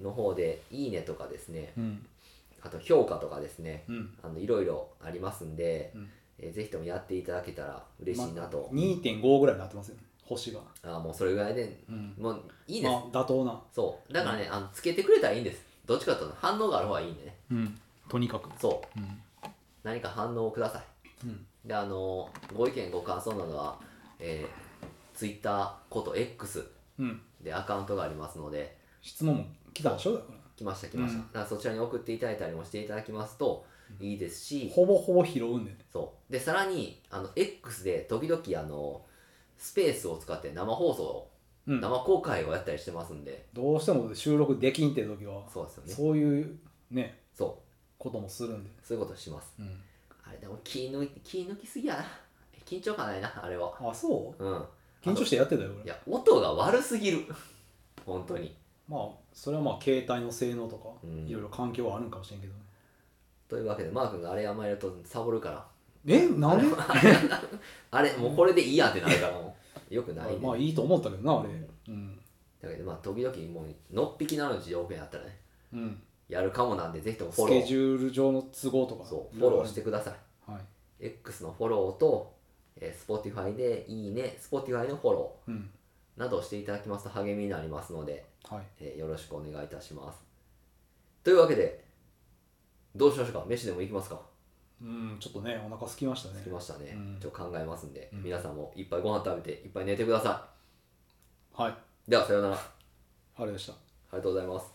の方で「いいね」とかですねうんあと評価とかですねうんあのいろいろありますんで、うんえーぜひともやっていただけたら嬉しいなと、 2.5ぐらいになってますよね星があーもうそれぐらいでうんもういいです、まあ妥当なそうだからね、あのつけてくれたらいいんですどっちかというと反応がある方がいいんでねうんとにかくそううん何か反応をくださいうんであのご意見ご感想などは、えー、Twitter こと X うんでアカウントがありますので質問も来たでしょだから来ました来ました、うんだからそちらに送っていただいたりもしていただきますといいですし、ほぼほぼ拾うんでねそうでさらにあの X で時々あのスペースを使って生放送をうん生公開をやったりしてますんで、どうしても収録できんっていう時はそうですよねそういうねそうこともするんでそういうことしますうんあれでも気抜い気抜きすぎやな 緊張感ないなあれはあそううん緊張してやってたよい俺や音が悪すぎる本当にまあそれはまあ携帯の性能とかうんいろいろ環境はあるんかもしれんけどねというわけでマー君があれ甘えるとサボるからえ なんであれもうこれでいいやってなるからも うよくないね、まあいいと思ったけどな俺うんだけどまあ時々もうのっぴきなのに条件あったらねうんやるかもなんでぜひともフスォロケージュール上の都合とかそうフォローしてくださはいい X のフォローと、えー、Spotify でいいね Spotify のフォロうんーなどをしていただきますと励みになりますので、はいえーよろしくお願いいたしますというわけでどうしましょうか飯でも行きますかうんちょっとねお腹空きましたね行きましたね、うんちょっと考えますんで、うん皆さんもいっぱいご飯食べていっぱい寝てくださはいいではさようならああれでしたりがとうございます